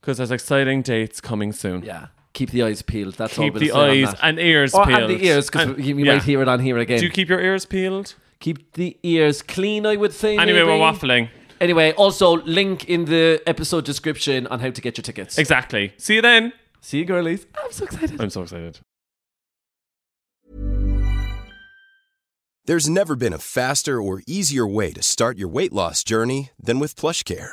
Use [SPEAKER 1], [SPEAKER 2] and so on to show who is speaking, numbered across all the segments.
[SPEAKER 1] because there's exciting dates coming soon.
[SPEAKER 2] yeah, keep the eyes peeled. That's all
[SPEAKER 1] Keep
[SPEAKER 2] we'll
[SPEAKER 1] the
[SPEAKER 2] say on
[SPEAKER 1] eyes
[SPEAKER 2] that.
[SPEAKER 1] and ears
[SPEAKER 2] or
[SPEAKER 1] peeled.
[SPEAKER 2] and the ears because
[SPEAKER 1] And-
[SPEAKER 2] you, you
[SPEAKER 1] yeah.
[SPEAKER 2] might hear it on here again.
[SPEAKER 1] Do you keep your ears peeled?
[SPEAKER 2] keep the ears clean, I would say.
[SPEAKER 1] Anyway,
[SPEAKER 2] maybe.
[SPEAKER 1] we're waffling.
[SPEAKER 2] Anyway, also link in the episode description on how to get your tickets.
[SPEAKER 1] Exactly. See you then.
[SPEAKER 2] See you, girlies. I'm so excited.
[SPEAKER 1] I'm so excited.
[SPEAKER 3] There's never been a faster or easier way to start your weight loss journey than with PlushCare.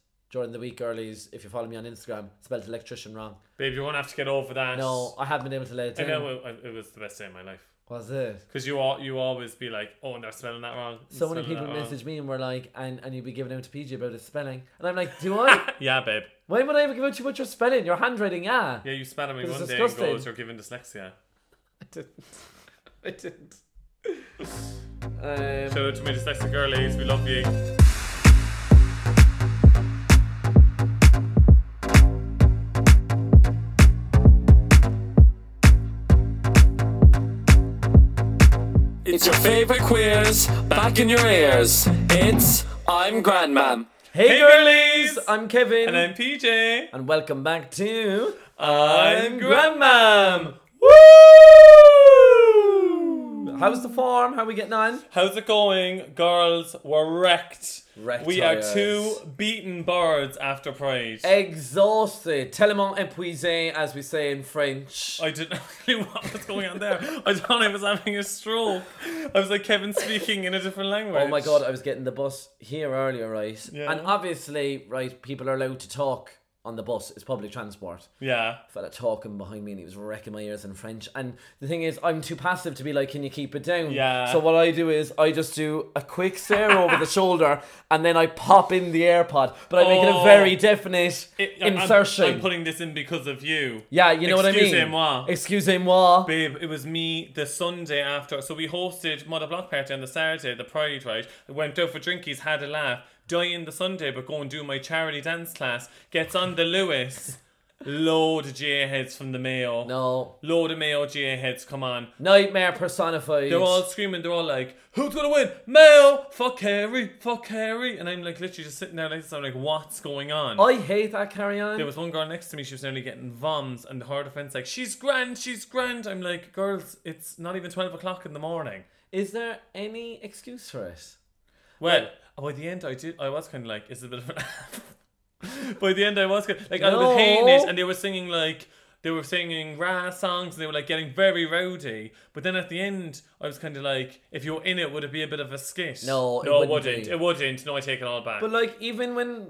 [SPEAKER 2] during the week, girlies, if you follow me on Instagram, spelled electrician wrong.
[SPEAKER 1] Babe, you're going to have to get over that.
[SPEAKER 2] No, I haven't been able to let it
[SPEAKER 1] I
[SPEAKER 2] down.
[SPEAKER 1] know it, it was the best day of my life.
[SPEAKER 2] Was it?
[SPEAKER 1] Because you all, you always be like, oh, and they're smelling that wrong.
[SPEAKER 2] So many people message me and were like, and, and you'd be giving out to PG about his spelling. And I'm like, do I?
[SPEAKER 1] Yeah, babe.
[SPEAKER 2] Why would I ever give out too much of spelling? Your handwriting, yeah.
[SPEAKER 1] Yeah, you spat at me
[SPEAKER 2] This is
[SPEAKER 1] one day and
[SPEAKER 2] disgusting.
[SPEAKER 1] goes, you're given dyslexia.
[SPEAKER 2] I didn't. I didn't. Um,
[SPEAKER 1] Shout out to my dyslexic girlies, we love you.
[SPEAKER 4] It's your favorite queers back in your ears. It's I'm Grandmam.
[SPEAKER 2] hey,
[SPEAKER 1] Hey
[SPEAKER 2] girlies,
[SPEAKER 1] girlies!
[SPEAKER 2] I'm Kevin,
[SPEAKER 1] And I'm PJ.
[SPEAKER 2] and welcome back to
[SPEAKER 1] I'm
[SPEAKER 2] Grandmam.
[SPEAKER 1] Woo!
[SPEAKER 2] How's the farm? How are we getting on?
[SPEAKER 1] How's it going, girls? We're wrecked.
[SPEAKER 2] Wrecked oh,
[SPEAKER 1] we are
[SPEAKER 2] tires.
[SPEAKER 1] two beaten birds after Pride.
[SPEAKER 2] Exhausted, tellement épuisé, as we say in French.
[SPEAKER 1] I didn't know what was going on there. I thought I was having a stroke. I was like Kevin speaking in a different language.
[SPEAKER 2] Oh my god, I was getting the bus here earlier, right? And obviously, right, people are allowed to talk on the bus. It's public transport.
[SPEAKER 1] Yeah.
[SPEAKER 2] Fella talking behind me and he was wrecking my ears in French. And the thing is, I'm too passive to be like, can you keep it down?
[SPEAKER 1] Yeah.
[SPEAKER 2] So what I do is I just do a quick stare over the shoulder and then I pop in the AirPod, but I make it a
[SPEAKER 1] Oh.
[SPEAKER 2] very definite
[SPEAKER 1] It- I'm-
[SPEAKER 2] insertion.
[SPEAKER 1] I'm, putting this in because of you.
[SPEAKER 2] yeah, you know what I mean.
[SPEAKER 1] Excusez-moi.
[SPEAKER 2] Excusez-moi.
[SPEAKER 1] Babe, it was me the Sunday after. So we hosted Mother Block Party on the Saturday, the Pride, right? I went out for drinkies, had a laugh, dying the Sunday, but go and do my charity dance class. Gets on the Lewis. Load of GA heads from the Mayo.
[SPEAKER 2] No.
[SPEAKER 1] Load of Mayo GA heads, come on.
[SPEAKER 2] Nightmare personified.
[SPEAKER 1] They're all screaming, they're all like, who's gonna win? Mayo! Fuck Harry! Fuck Harry! And I'm like literally just sitting there like this, I'm like, what's going on?
[SPEAKER 2] I hate that carry-on.
[SPEAKER 1] There was one girl next to me, she was nearly getting voms, and her defense, like, she's grand, she's grand. I'm like, girls, it's not even 12 o'clock in the morning.
[SPEAKER 2] Is there any excuse for it?
[SPEAKER 1] Well, by the end, I did, I was kind of like, it's a bit of an. by the end, I was kind of, like, I was
[SPEAKER 2] No.
[SPEAKER 1] hating it, and they were singing, like, they were singing rah songs, and they were, like, getting very rowdy. But then at the end, I was kind of like, if you're in it, would it be a bit of a skit?
[SPEAKER 2] No, it
[SPEAKER 1] no,
[SPEAKER 2] wouldn't
[SPEAKER 1] it wouldn't.
[SPEAKER 2] be.
[SPEAKER 1] It wouldn't. No, I take it all back.
[SPEAKER 2] But like even when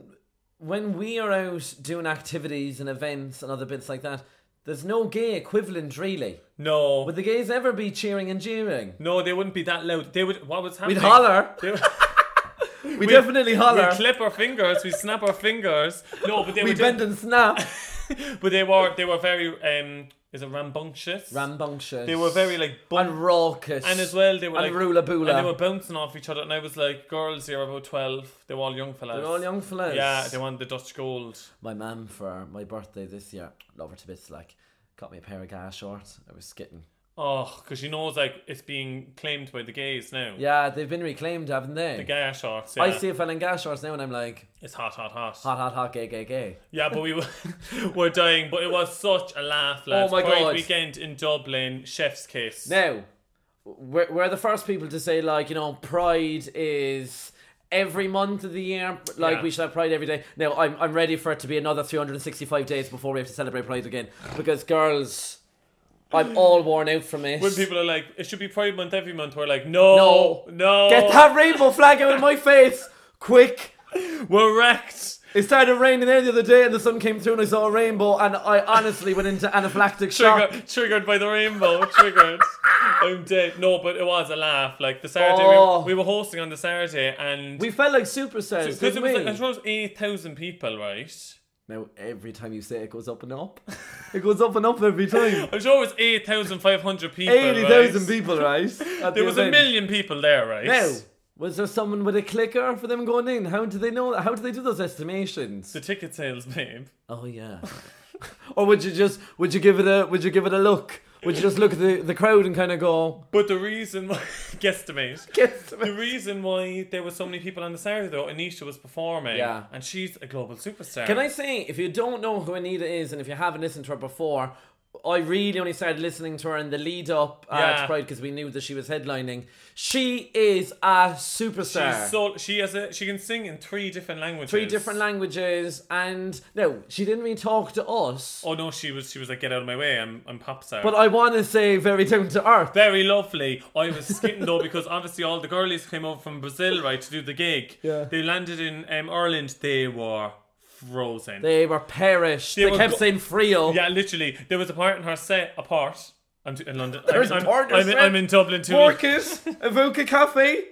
[SPEAKER 2] when we are out doing activities and events and other bits like that, there's no gay equivalent really.
[SPEAKER 1] no.
[SPEAKER 2] Would the gays ever be cheering and jeering?
[SPEAKER 1] no, they wouldn't be that loud. They would. What was
[SPEAKER 2] We'd
[SPEAKER 1] happening?
[SPEAKER 2] holler.
[SPEAKER 1] They would-
[SPEAKER 2] We, definitely holler.
[SPEAKER 1] We clip our fingers, we snap our fingers. No, but they
[SPEAKER 2] We
[SPEAKER 1] were
[SPEAKER 2] bend
[SPEAKER 1] doing,
[SPEAKER 2] and snap.
[SPEAKER 1] but they were they were very um is it rambunctious?
[SPEAKER 2] Rambunctious.
[SPEAKER 1] they were very like bun-
[SPEAKER 2] and raucous.
[SPEAKER 1] and as well they were
[SPEAKER 2] and
[SPEAKER 1] like
[SPEAKER 2] rula bula.
[SPEAKER 1] and they were bouncing off each other and I was like girls you're about 12 they were all young fellas
[SPEAKER 2] They're all young fellas.
[SPEAKER 1] yeah they won the Dutch gold
[SPEAKER 2] my mum for my birthday this year, love her to bits like, got me a pair of gas shorts. I was skitting.
[SPEAKER 1] Oh, because she knows like it's being claimed by the gays now.
[SPEAKER 2] Yeah, they've been reclaimed, haven't they?
[SPEAKER 1] The gay shorts. Yeah.
[SPEAKER 2] I see a fella in gas shorts now and I'm like,
[SPEAKER 1] It's hot, hot, hot.
[SPEAKER 2] hot, hot, hot, gay, gay, gay.
[SPEAKER 1] Yeah, but we were, were dying. But it was such a laugh, lads.
[SPEAKER 2] Oh my
[SPEAKER 1] Pride
[SPEAKER 2] God.
[SPEAKER 1] weekend in Dublin, chef's kiss.
[SPEAKER 2] Now, we're, we're the first people to say, like, you know, pride is every month of the year. Like,
[SPEAKER 1] Yeah.
[SPEAKER 2] we should have pride every day. Now, I'm, I'm ready for it to be another 365 days before we have to celebrate pride again. Because, girls, I'm all worn out from it.
[SPEAKER 1] When people are like, it should be Pride Month every month, we're like, no, no,
[SPEAKER 2] No.
[SPEAKER 1] no.
[SPEAKER 2] Get that rainbow flag out of my face! Quick!
[SPEAKER 1] We're wrecked.
[SPEAKER 2] It started raining there the other day and the sun came through and I saw a rainbow and I honestly went into anaphylactic shock.
[SPEAKER 1] Trigger, triggered by the rainbow. triggered. I'm dead. No, but it was a laugh. Like the Saturday,
[SPEAKER 2] Oh.
[SPEAKER 1] we, we were hosting on the Saturday, and
[SPEAKER 2] We felt like superstars,
[SPEAKER 1] because it
[SPEAKER 2] didn't
[SPEAKER 1] was
[SPEAKER 2] we?
[SPEAKER 1] like, I suppose eight thousand people, right?
[SPEAKER 2] now every time you say it, it goes up and up. it goes up and up every time.
[SPEAKER 1] I'm sure it was eight thousand five hundred people.
[SPEAKER 2] Eighty thousand
[SPEAKER 1] right?
[SPEAKER 2] people, right? At the
[SPEAKER 1] There was a
[SPEAKER 2] event.
[SPEAKER 1] million people there, right?
[SPEAKER 2] Now, was there someone with a clicker for them going in? How do they know? How do they do those estimations?
[SPEAKER 1] The ticket sales, babe.
[SPEAKER 2] Oh yeah. or would you just would you give it a would you give it a look? Would you just look at the, the crowd and kind of go?
[SPEAKER 1] But the reason why, guesstimate.
[SPEAKER 2] Guess
[SPEAKER 1] The reason why there were so many people on the Saturday though, Anisha was performing,
[SPEAKER 2] Yeah.
[SPEAKER 1] and she's a global superstar.
[SPEAKER 2] Can I say, if you don't know who Anita is and if you haven't listened to her before, I really only started listening to her in the lead up uh,
[SPEAKER 1] Yeah.
[SPEAKER 2] to Pride because we knew that she was headlining. She is a superstar.
[SPEAKER 1] She's so she has a she can sing in three different languages.
[SPEAKER 2] Three different languages, and no, she didn't really talk to us.
[SPEAKER 1] Oh no, she was she was like, get out of my way, I'm I'm pop star.
[SPEAKER 2] But I want to say very down to earth.
[SPEAKER 1] very lovely. I was skipping though because obviously all the girlies came over from Brazil, right, to do the gig.
[SPEAKER 2] Yeah.
[SPEAKER 1] They landed in um, Ireland. They were frozen.
[SPEAKER 2] They were perished. They,
[SPEAKER 1] were
[SPEAKER 2] kept
[SPEAKER 1] go-
[SPEAKER 2] saying Frio.
[SPEAKER 1] yeah, literally. There was a part in her set. A part. I'm t- in London.
[SPEAKER 2] There's
[SPEAKER 1] I'm,
[SPEAKER 2] a
[SPEAKER 1] I'm,
[SPEAKER 2] part in her
[SPEAKER 1] I'm, in-
[SPEAKER 2] set.
[SPEAKER 1] I'm in Dublin too.
[SPEAKER 2] Orcas, Evoca Cafe,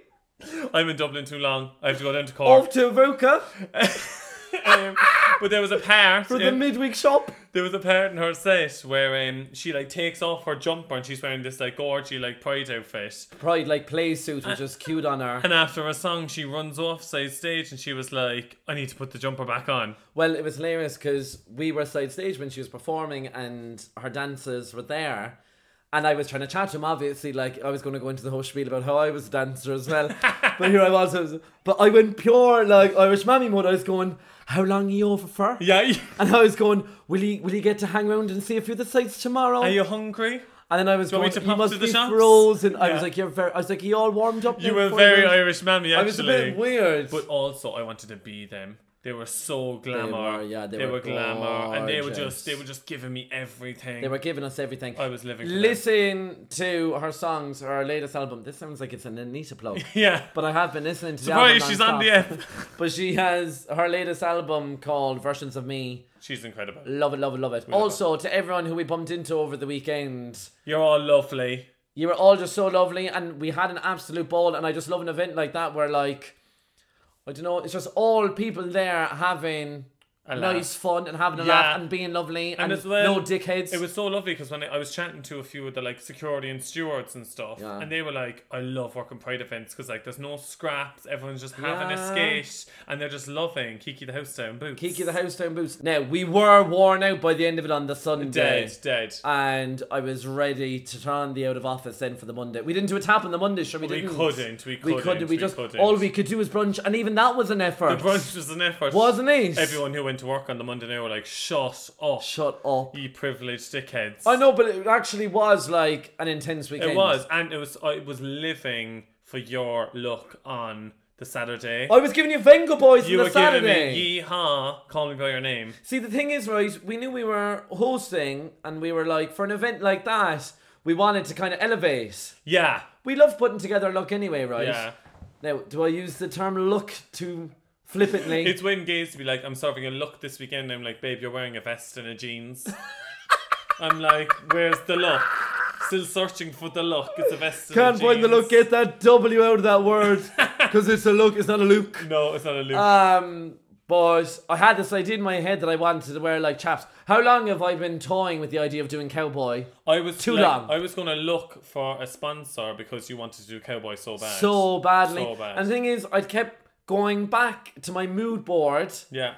[SPEAKER 1] I'm in Dublin too long. I have to go down to Cork.
[SPEAKER 2] off to Evoca
[SPEAKER 1] um, but there was a part.
[SPEAKER 2] for the
[SPEAKER 1] in-
[SPEAKER 2] midweek shop.
[SPEAKER 1] there was a part in her set where um, she like takes off her jumper and she's wearing this like gorgy like pride outfit.
[SPEAKER 2] Pride like play suit,
[SPEAKER 1] Uh,
[SPEAKER 2] which was cute on her.
[SPEAKER 1] And after a song, she runs off side stage and she was like, "I need to put the jumper back on."
[SPEAKER 2] Well, it was hilarious because we were side stage when she was performing, and her dancers were there. And I was trying to chat to him, obviously, like I was going to go into the whole spiel about how I was a dancer as well. but here I was, I was, but I went pure like Irish mammy mode. I was going, "How long are you over for?"
[SPEAKER 1] Yeah. you-
[SPEAKER 2] And I was going, "Will you will you get to hang round and see a few of the sights tomorrow?"
[SPEAKER 1] Are you hungry?
[SPEAKER 2] and then I was
[SPEAKER 1] want me
[SPEAKER 2] going,
[SPEAKER 1] to
[SPEAKER 2] "You
[SPEAKER 1] pop
[SPEAKER 2] must
[SPEAKER 1] to the
[SPEAKER 2] be
[SPEAKER 1] shops?"
[SPEAKER 2] frozen." I was
[SPEAKER 1] Yeah.
[SPEAKER 2] like, "You're very," I was like, "You all warmed up."
[SPEAKER 1] You
[SPEAKER 2] now
[SPEAKER 1] were
[SPEAKER 2] before
[SPEAKER 1] very
[SPEAKER 2] went?"
[SPEAKER 1] Irish, mammy. Actually,
[SPEAKER 2] I was a bit weird.
[SPEAKER 1] But also, I wanted to be them. They were so glamour.
[SPEAKER 2] were, yeah, they
[SPEAKER 1] were,
[SPEAKER 2] were
[SPEAKER 1] glamour, and they were
[SPEAKER 2] gorgeous.
[SPEAKER 1] just—they were just giving me everything.
[SPEAKER 2] They were giving us everything.
[SPEAKER 1] I was living for them.
[SPEAKER 2] Listen to her songs, her latest album. This sounds like it's an Anita plug.
[SPEAKER 1] yeah.
[SPEAKER 2] But I have been listening to
[SPEAKER 1] Sorry,
[SPEAKER 2] the album
[SPEAKER 1] she's on the
[SPEAKER 2] non-stop.
[SPEAKER 1] app.
[SPEAKER 2] But she has her latest album called Versions of Me.
[SPEAKER 1] She's incredible.
[SPEAKER 2] Love it, love it, love it. also, to everyone who we bumped into over the weekend,
[SPEAKER 1] You're all lovely.
[SPEAKER 2] you were all just so lovely, and we had an absolute ball. And I just love an event like that where, like, I don't know, it's just all people there having
[SPEAKER 1] laugh.
[SPEAKER 2] nice fun and having a
[SPEAKER 1] Yeah.
[SPEAKER 2] laugh and being lovely and,
[SPEAKER 1] as well,
[SPEAKER 2] no dickheads.
[SPEAKER 1] It was so lovely because when I, I was chatting to a few of the like security and stewards and stuff,
[SPEAKER 2] Yeah.
[SPEAKER 1] and they were like, "I love working pride events because like there's no scraps, everyone's just having a
[SPEAKER 2] Yeah.
[SPEAKER 1] skate, and they're just loving Kiki the house down boots."
[SPEAKER 2] Kiki the house down boots. Now we were worn out by the end of it on the Sunday.
[SPEAKER 1] dead, dead.
[SPEAKER 2] Uh, And I was ready to turn the out of office then for the Monday. We didn't do a tap on the Monday, sure we
[SPEAKER 1] We
[SPEAKER 2] didn't.
[SPEAKER 1] couldn't, we
[SPEAKER 2] We
[SPEAKER 1] couldn't,
[SPEAKER 2] couldn't.
[SPEAKER 1] we
[SPEAKER 2] We just
[SPEAKER 1] couldn't.
[SPEAKER 2] all we could do was brunch, and even that was an effort.
[SPEAKER 1] the brunch was an effort,
[SPEAKER 2] Wasn't it?
[SPEAKER 1] Everyone who went to work on the Monday night were like, "Shut up,
[SPEAKER 2] Shut up.
[SPEAKER 1] you privileged dickheads."
[SPEAKER 2] I know, but it actually was like an intense weekend.
[SPEAKER 1] it was, and it was. I was living for your look on the Saturday.
[SPEAKER 2] I was giving you Venga Boys
[SPEAKER 1] you
[SPEAKER 2] on
[SPEAKER 1] were
[SPEAKER 2] the Saturday.
[SPEAKER 1] giving me yeehaw, call me by your name.
[SPEAKER 2] See, the thing is, right, we knew we were hosting, and we were like, for an event like that, we wanted to kind of elevate.
[SPEAKER 1] Yeah,
[SPEAKER 2] We love putting together a look anyway, right?
[SPEAKER 1] yeah.
[SPEAKER 2] Now, do I use the term look too flippantly?
[SPEAKER 1] It's when gays be like, I'm serving a look this weekend. I'm like, babe, you're wearing a vest and a jeans. I'm like, where's the look? Still searching for the look. It's a vest. And a
[SPEAKER 2] Can't find the
[SPEAKER 1] jeans.
[SPEAKER 2] look. Get that W out of that word because it's a look. It's not a look.
[SPEAKER 1] No, it's not a look.
[SPEAKER 2] Um, but I had this idea in my head that I wanted to wear like chaps. How long have I been toying with the idea of doing cowboy?
[SPEAKER 1] I was
[SPEAKER 2] too
[SPEAKER 1] like-
[SPEAKER 2] long.
[SPEAKER 1] I was gonna look for a sponsor because you wanted to do cowboy so bad.
[SPEAKER 2] So badly.
[SPEAKER 1] So bad.
[SPEAKER 2] And the thing is, I kept going back to my mood board,
[SPEAKER 1] yeah,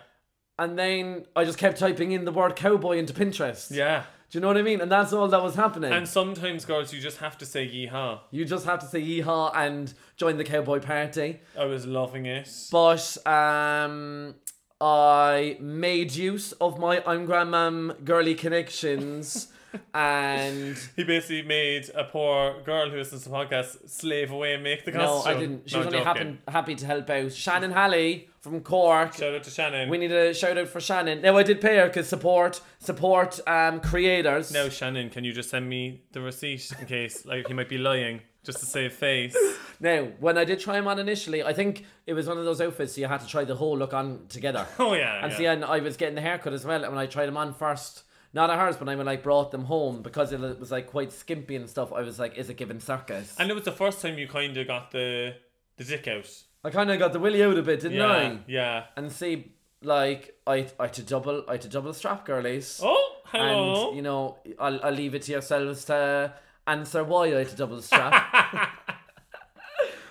[SPEAKER 2] and then I just kept typing in the word cowboy into Pinterest.
[SPEAKER 1] yeah.
[SPEAKER 2] Do you know what I mean? And that's all that was happening.
[SPEAKER 1] And sometimes, girls, you just have to say yeehaw.
[SPEAKER 2] you just have to say yeehaw and join the cowboy party.
[SPEAKER 1] I was loving it.
[SPEAKER 2] But um, I made use of my I'm grandmam girly connections and
[SPEAKER 1] He basically made a poor girl who listens to podcasts slave away and make the
[SPEAKER 2] no,
[SPEAKER 1] costume.
[SPEAKER 2] I didn't. She
[SPEAKER 1] No,
[SPEAKER 2] was only
[SPEAKER 1] joking.
[SPEAKER 2] happen, happy to help out. Shannon Halley from Cork.
[SPEAKER 1] Shout out to Shannon.
[SPEAKER 2] We need a shout out for Shannon. Now I did pay her because support support um creators.
[SPEAKER 1] now, Shannon, can you just send me the receipt in case like he might be lying just to save face?
[SPEAKER 2] Now when I did try him on initially, I think it was one of those outfits you had to try the whole look on together.
[SPEAKER 1] Oh yeah.
[SPEAKER 2] And
[SPEAKER 1] yeah.
[SPEAKER 2] see, and I was getting the haircut as well. And when I tried them on first, not at hers, but I like brought them home because it was like quite skimpy and stuff. I was like, is it giving circus?
[SPEAKER 1] and it was the first time you kind of got the the dick out.
[SPEAKER 2] I kind of got the willy out a bit, didn't
[SPEAKER 1] Yeah.
[SPEAKER 2] I?
[SPEAKER 1] Yeah.
[SPEAKER 2] And see, like I, I had to double, I had to double strap girlies.
[SPEAKER 1] Oh, hello.
[SPEAKER 2] And you know, I'll, I'll leave it to yourselves to answer why I had to double strap.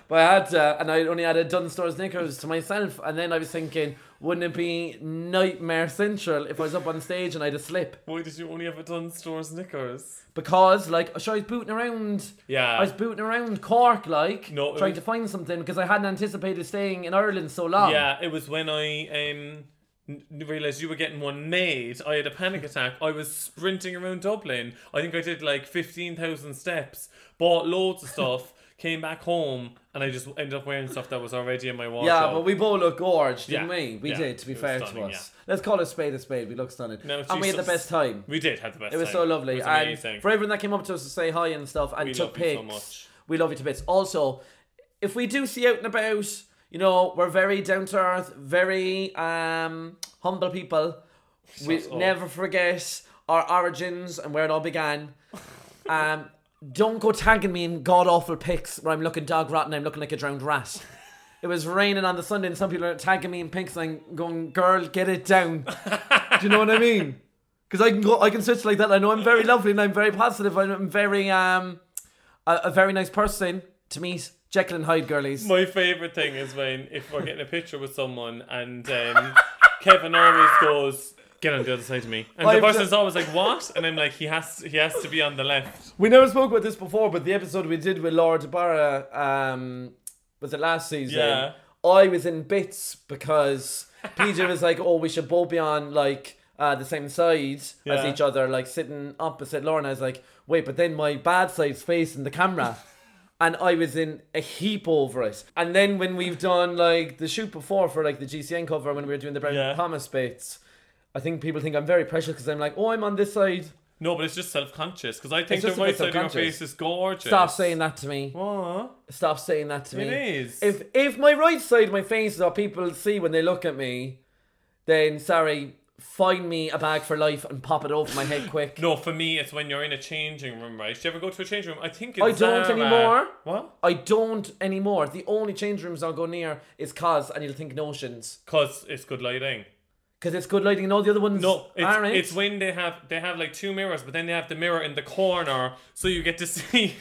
[SPEAKER 2] but I had to, and I only had a Dunstores knickers to myself. And then I was thinking, wouldn't it be nightmare central if I was up on stage and I had a slip?
[SPEAKER 1] Why did you only have a Dunstores knickers?
[SPEAKER 2] because like sure I was booting around
[SPEAKER 1] Yeah.
[SPEAKER 2] I was booting around Cork like
[SPEAKER 1] No, it
[SPEAKER 2] trying
[SPEAKER 1] was-
[SPEAKER 2] to find something because I hadn't anticipated staying in Ireland so long
[SPEAKER 1] Yeah, it was when I um n- realized you were getting one made. I had a panic attack. I was sprinting around Dublin. I think I did like fifteen thousand steps, bought loads of stuff, came back home, and I just ended up wearing stuff that was already in my wardrobe.
[SPEAKER 2] yeah but we both look gorged didn't
[SPEAKER 1] Yeah,
[SPEAKER 2] we we
[SPEAKER 1] yeah,
[SPEAKER 2] did to be
[SPEAKER 1] it was
[SPEAKER 2] fair to
[SPEAKER 1] stunning,
[SPEAKER 2] us
[SPEAKER 1] yeah.
[SPEAKER 2] let's call a spade a spade we looked stunning
[SPEAKER 1] No,
[SPEAKER 2] and we had the
[SPEAKER 1] Jesus.
[SPEAKER 2] best time
[SPEAKER 1] we did have the best.
[SPEAKER 2] it was
[SPEAKER 1] time.
[SPEAKER 2] so lovely
[SPEAKER 1] It was
[SPEAKER 2] and
[SPEAKER 1] amazing.
[SPEAKER 2] for everyone that came up to us to say hi and stuff and
[SPEAKER 1] We
[SPEAKER 2] took
[SPEAKER 1] love you
[SPEAKER 2] pics
[SPEAKER 1] so much.
[SPEAKER 2] we love you to bits also if we do see out and about you know we're very down to earth very um humble people we
[SPEAKER 1] all.
[SPEAKER 2] never forget our origins and where it all began um don't go tagging me in god awful pics where i'm looking dog rotten i'm looking like a drowned rat it was raining on the sunday and some people are tagging me in pics and I'm going girl get it down do you know what i mean because I can go, I can switch like that. I know I'm very lovely and I'm very positive. and I'm very um, a, a very nice person to meet. Jekyll and Hyde girlies.
[SPEAKER 1] My favorite thing is when if we're getting a picture with someone and um, Kevin always goes. Get on the other side of me, and
[SPEAKER 2] I've
[SPEAKER 1] the
[SPEAKER 2] just-
[SPEAKER 1] person's always like, "What?" And I'm like, "He has, he has to be on the left."
[SPEAKER 2] We never spoke about this before, but the episode we did with Laura DeBarra, um, was it last season?
[SPEAKER 1] Yeah.
[SPEAKER 2] I was in bits because PJ was like, "Oh, we should both be on like uh, the same side as
[SPEAKER 1] Yeah.
[SPEAKER 2] each other, like sitting opposite Laura." And I was like, "Wait, but then my bad side's facing the camera." And I was in a heap over it. And then when we've done like the shoot before for like the GCN cover, when we were doing the Brown
[SPEAKER 1] Yeah.
[SPEAKER 2] Thomas bits, I think people think I'm very precious because I'm like, oh, I'm on this side.
[SPEAKER 1] No, but it's just self conscious because I think
[SPEAKER 2] It's just
[SPEAKER 1] the
[SPEAKER 2] a
[SPEAKER 1] right
[SPEAKER 2] bit
[SPEAKER 1] side of your
[SPEAKER 2] self-conscious.
[SPEAKER 1] face is gorgeous.
[SPEAKER 2] Stop saying that to me.
[SPEAKER 1] Aw,
[SPEAKER 2] Stop saying that to me.
[SPEAKER 1] it is.
[SPEAKER 2] If if my right side of my face is what people see when they look at me, then sorry, find me a bag for life and pop it over my head quick.
[SPEAKER 1] no, for me, it's when you're in a changing room, right? Do you ever go to a changing room? I think it's
[SPEAKER 2] I don't
[SPEAKER 1] Zara.
[SPEAKER 2] anymore.
[SPEAKER 1] What?
[SPEAKER 2] I don't anymore. The only change rooms I'll go near is Cos, and you'll think Notions.
[SPEAKER 1] Because it's good lighting.
[SPEAKER 2] Because it's good lighting and all the other ones
[SPEAKER 1] No, it's,
[SPEAKER 2] aren't. eh?
[SPEAKER 1] it's when they have they have like two mirrors, but then they have the mirror in the corner, so you get to see,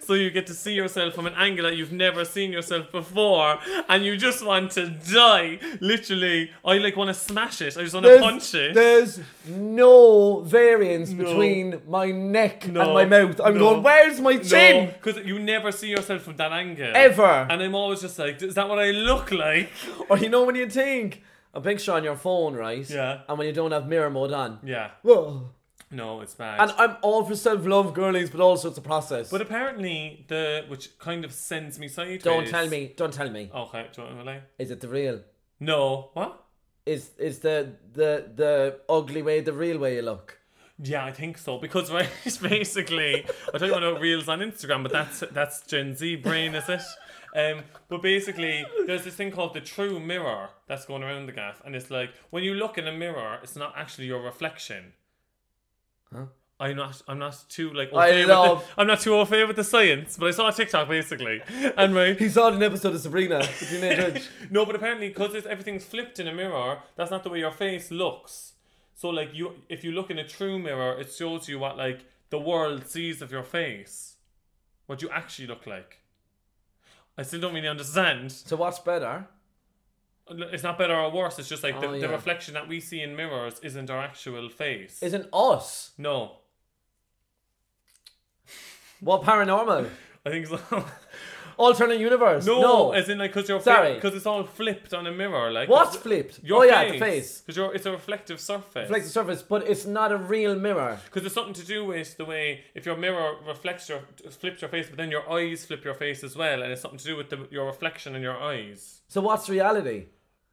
[SPEAKER 1] so you get to see yourself from an angle that you've never seen yourself before, and you just want to die. Literally, I like want to smash it. I just want to
[SPEAKER 2] there's,
[SPEAKER 1] punch it.
[SPEAKER 2] there's no variance between my neck and my mouth. I'm
[SPEAKER 1] no,
[SPEAKER 2] going, where's my chin?
[SPEAKER 1] Because you never see yourself from that angle.
[SPEAKER 2] Ever.
[SPEAKER 1] And I'm always just like, is that what I look like?
[SPEAKER 2] Or you know when you think a picture on your phone, right?
[SPEAKER 1] Yeah.
[SPEAKER 2] And when you don't have mirror mode on.
[SPEAKER 1] Yeah.
[SPEAKER 2] Whoa.
[SPEAKER 1] No, it's bad.
[SPEAKER 2] And I'm all for self love, girlies, but also it's a process.
[SPEAKER 1] but apparently, the which kind of sends me sideways.
[SPEAKER 2] don't tell me, don't tell me.
[SPEAKER 1] Okay, do you want to lie?
[SPEAKER 2] Is it the real?
[SPEAKER 1] No. What?
[SPEAKER 2] Is is the the the ugly way the real way you look?
[SPEAKER 1] Yeah, I think so. Because right, basically, I don't want to reels on Instagram, but that's that's Gen Z brain, is it? Um, but basically, there's this thing called the true mirror that's going around the gaff, and it's like when you look in a mirror, it's not actually your reflection. Huh? I'm not. I'm not too like. Au
[SPEAKER 2] I
[SPEAKER 1] fait
[SPEAKER 2] love-
[SPEAKER 1] With the, I'm not too au fait with the science, but I saw a TikTok basically, and right.
[SPEAKER 2] He saw it in an episode of Sabrina. with Jane Judge.
[SPEAKER 1] no, but apparently, because everything's flipped in a mirror, that's not the way your face looks. So, like, you if you look in a true mirror, it shows you what like the world sees of your face, what you actually look like. I still don't really understand.
[SPEAKER 2] so what's better?
[SPEAKER 1] It's not better or worse. It's just like the,
[SPEAKER 2] Oh,
[SPEAKER 1] the
[SPEAKER 2] yeah.
[SPEAKER 1] reflection that we see in mirrors isn't our actual face.
[SPEAKER 2] Isn't us?
[SPEAKER 1] no,
[SPEAKER 2] What paranormal?
[SPEAKER 1] I think so.
[SPEAKER 2] Alternate universe?
[SPEAKER 1] no,
[SPEAKER 2] no.
[SPEAKER 1] as in like because you're
[SPEAKER 2] Sorry.
[SPEAKER 1] because it's all flipped on a mirror. Like
[SPEAKER 2] What's flipped?
[SPEAKER 1] Your
[SPEAKER 2] oh yeah, the face.
[SPEAKER 1] Because it's a reflective surface.
[SPEAKER 2] Reflects the surface, but it's not a real mirror.
[SPEAKER 1] Because it's something to do with the way if your mirror reflects your flips your face, but then your eyes flip your face as well, and it's something to do with the, your reflection in your eyes.
[SPEAKER 2] So what's reality?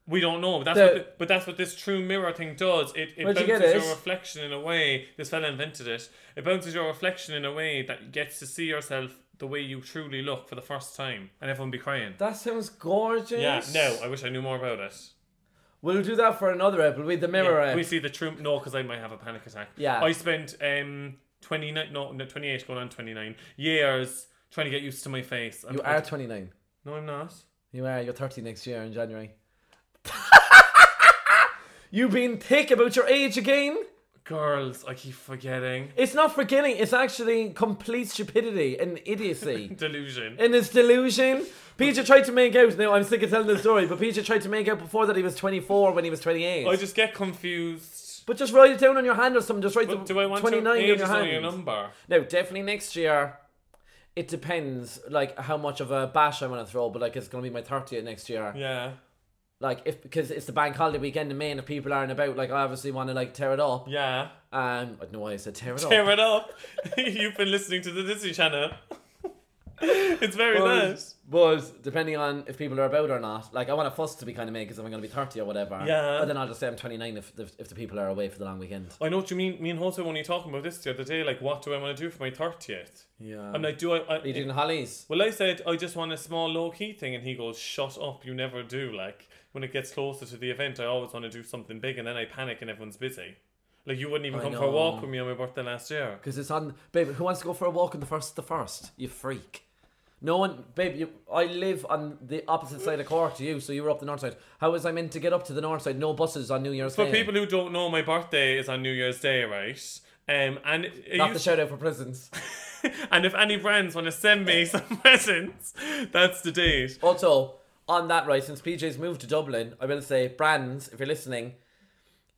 [SPEAKER 1] We don't know, but that's
[SPEAKER 2] The-
[SPEAKER 1] what the, but that's what this true mirror thing does. It it
[SPEAKER 2] Where'd you
[SPEAKER 1] bounces
[SPEAKER 2] get
[SPEAKER 1] your
[SPEAKER 2] this?
[SPEAKER 1] reflection in a way. This fella invented it. It bounces your reflection in a way that gets to see yourself the way you truly look for the first time, and everyone be crying.
[SPEAKER 2] That sounds gorgeous.
[SPEAKER 1] yeah, no, I wish I knew more about it.
[SPEAKER 2] We'll do that for another episode with the mirror.
[SPEAKER 1] Yeah,
[SPEAKER 2] ep.
[SPEAKER 1] we see the true no, because I might have a panic attack.
[SPEAKER 2] Yeah.
[SPEAKER 1] I spent um twenty nine no no twenty eight going on twenty nine years trying to get used to my face. I'm,
[SPEAKER 2] you
[SPEAKER 1] I-
[SPEAKER 2] are 29.
[SPEAKER 1] no, I'm not.
[SPEAKER 2] You are. You're 30 next year in January. You've been thick about your age again.
[SPEAKER 1] Girls, I keep forgetting
[SPEAKER 2] It's not forgetting. It's actually complete stupidity and idiocy.
[SPEAKER 1] delusion.
[SPEAKER 2] in his delusion. Peter tried to make out. Now I'm sick of telling the story, but Peter tried to make out before that he was 24 when he was 28.
[SPEAKER 1] I just get confused.
[SPEAKER 2] but just write it down on your hand or something. Just write
[SPEAKER 1] But
[SPEAKER 2] the
[SPEAKER 1] do I want
[SPEAKER 2] 29
[SPEAKER 1] to
[SPEAKER 2] on
[SPEAKER 1] age
[SPEAKER 2] your
[SPEAKER 1] is only a
[SPEAKER 2] hand.
[SPEAKER 1] number?
[SPEAKER 2] No, definitely next year. It depends, like how much of a bash I'm gonna throw, but like it's gonna be my 30th next year.
[SPEAKER 1] Yeah,
[SPEAKER 2] Like if because it's the bank holiday weekend in Maine, if people aren't about, like I obviously want to like tear it up.
[SPEAKER 1] yeah.
[SPEAKER 2] Um, I don't know why I said tear it
[SPEAKER 1] Tear
[SPEAKER 2] up.
[SPEAKER 1] it up. You've been listening to the Disney Channel. it's very nice.
[SPEAKER 2] But depending on if people are about or not, like I want a fuss to be kind of made because I'm going to be 30 or whatever.
[SPEAKER 1] Yeah.
[SPEAKER 2] But then I'll just say I'm 29 if, if, if the people are away for the long weekend.
[SPEAKER 1] I know what you mean. Me and Jose were only talking about this the other day. Like, what do I want to do for my thirtieth?
[SPEAKER 2] Yeah.
[SPEAKER 1] I'm like, do I? I
[SPEAKER 2] Are you doing Hollies?
[SPEAKER 1] Well, I said I just want a small low key thing, and he goes, "Shut up! You never do." Like when it gets closer to the event, I always want to do something big, and then I panic, and everyone's busy. Like you wouldn't even
[SPEAKER 2] I
[SPEAKER 1] come for a walk
[SPEAKER 2] know.
[SPEAKER 1] with me on my birthday last year.
[SPEAKER 2] Because it's on, babe. Who wants to go for a walk on the first? The first, you freak. No one, babe. You, I live on the opposite side of Cork to you, so you were up the north side. How was I meant to get up to the north side? No buses on New Year's
[SPEAKER 1] For
[SPEAKER 2] Day.
[SPEAKER 1] people who don't know, my birthday is on New Year's Day, right? Um, and it, it
[SPEAKER 2] not
[SPEAKER 1] used-
[SPEAKER 2] the shout out for presents.
[SPEAKER 1] and if any brands want to send me some presents, that's the date.
[SPEAKER 2] Also, on that right, since PJ's moved to Dublin, I will say, brands, if you're listening,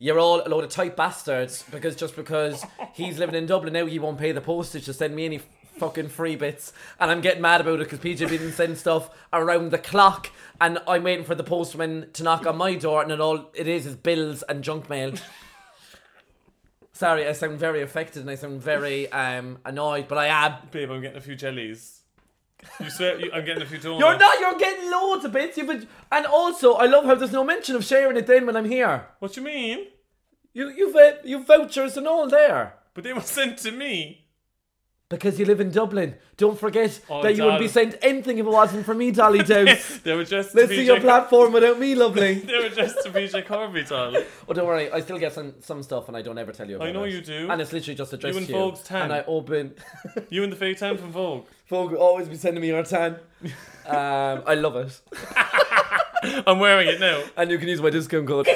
[SPEAKER 2] you're all a load of tight bastards because just because he's living in Dublin now, he won't pay the postage to send me any fucking free bits, and I'm getting mad about it because PJ didn't send stuff around the clock, and I'm waiting for the postman to knock on my door, and it all it is is bills and junk mail. Sorry, I sound very affected and I sound very um, annoyed, but I am.
[SPEAKER 1] Babe, I'm getting a few jellies. You swear you, I'm getting a few donuts.
[SPEAKER 2] You're not. You're getting loads of bits. You've been, and also, I love how there's no mention of sharing it then when I'm here.
[SPEAKER 1] What you mean?
[SPEAKER 2] You, you've, uh, you've vouchers and all there
[SPEAKER 1] But they were sent to me.
[SPEAKER 2] because you live in Dublin. Don't forget
[SPEAKER 1] Oh,
[SPEAKER 2] that you wouldn't be
[SPEAKER 1] Dal.
[SPEAKER 2] sent anything if it wasn't for me, Dolly Douse.
[SPEAKER 1] They were just
[SPEAKER 2] Let's see your platform without me, lovely.
[SPEAKER 1] They were just to PJ Corby, doll.
[SPEAKER 2] oh, don't worry. I still get some some stuff, and I don't ever tell you. About
[SPEAKER 1] I know
[SPEAKER 2] it.
[SPEAKER 1] you do.
[SPEAKER 2] And it's literally just addressed
[SPEAKER 1] You and
[SPEAKER 2] to
[SPEAKER 1] Vogue's tan.
[SPEAKER 2] And I open.
[SPEAKER 1] You and the fake tan from Vogue.
[SPEAKER 2] Vogue will always be sending me your tan. Um, I love it,
[SPEAKER 1] I'm wearing it now.
[SPEAKER 2] and you can use my discount code.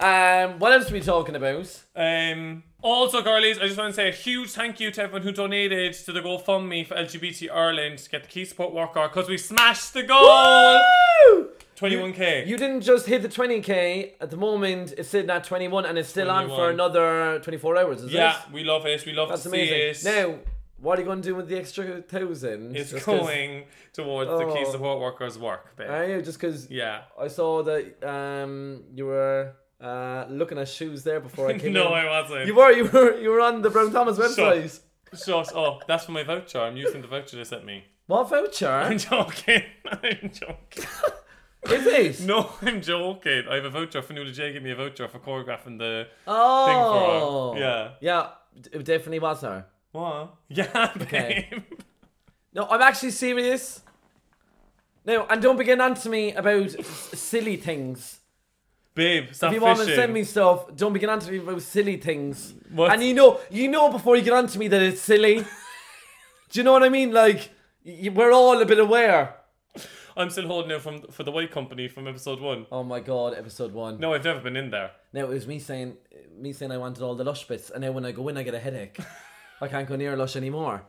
[SPEAKER 2] um, what else are we talking about?
[SPEAKER 1] Um, also, girlies, I just want to say a huge thank you to everyone who donated to the GoFundMe for LGBT Ireland to get the key support worker because we smashed the goal.
[SPEAKER 2] Woo!
[SPEAKER 1] 21k.
[SPEAKER 2] You didn't just hit the 20k. At the moment, it's sitting at 21 and it's still on for
[SPEAKER 1] 21.
[SPEAKER 2] another 24 hours, is
[SPEAKER 1] yeah,
[SPEAKER 2] it?
[SPEAKER 1] we love it. We love
[SPEAKER 2] That's
[SPEAKER 1] to see
[SPEAKER 2] amazing.
[SPEAKER 1] it.
[SPEAKER 2] Now, what are you going to do with the extra thousand?
[SPEAKER 1] it's
[SPEAKER 2] Just 'cause-
[SPEAKER 1] going towards the key
[SPEAKER 2] Oh.
[SPEAKER 1] support workers' work, babe.
[SPEAKER 2] Are you? Just because
[SPEAKER 1] yeah.
[SPEAKER 2] I saw that um, you were uh, looking at shoes there before I came
[SPEAKER 1] No,
[SPEAKER 2] in.
[SPEAKER 1] I wasn't.
[SPEAKER 2] You were, you were, you were on the Brown Thomas website.
[SPEAKER 1] Shut up. That's for my voucher. I'm using the voucher they sent me.
[SPEAKER 2] What voucher
[SPEAKER 1] I'm joking. I'm joking.
[SPEAKER 2] is it?
[SPEAKER 1] No, I'm joking. I have a voucher. Fanula J gave me a voucher for choreographing the
[SPEAKER 2] Oh,
[SPEAKER 1] thing for her. Yeah.
[SPEAKER 2] yeah. d- It definitely was her.
[SPEAKER 1] What? Yeah, babe.
[SPEAKER 2] Okay. No, I'm actually serious. No, and don't be getting on to me about s- silly things.
[SPEAKER 1] Babe, stop
[SPEAKER 2] If you want
[SPEAKER 1] fishing.
[SPEAKER 2] to send me stuff, don't be getting on to me about silly things.
[SPEAKER 1] What?
[SPEAKER 2] And you know, you know before you get on to me that it's silly. Do you know what I mean? Like, y- y- we're all a bit aware.
[SPEAKER 1] I'm still holding out from for the White Company from episode one.
[SPEAKER 2] Oh my god, episode one.
[SPEAKER 1] No, I've never been in there.
[SPEAKER 2] Now it was me saying, me saying I wanted all the lush bits, and now when I go in, I get a headache. I can't go near lush anymore.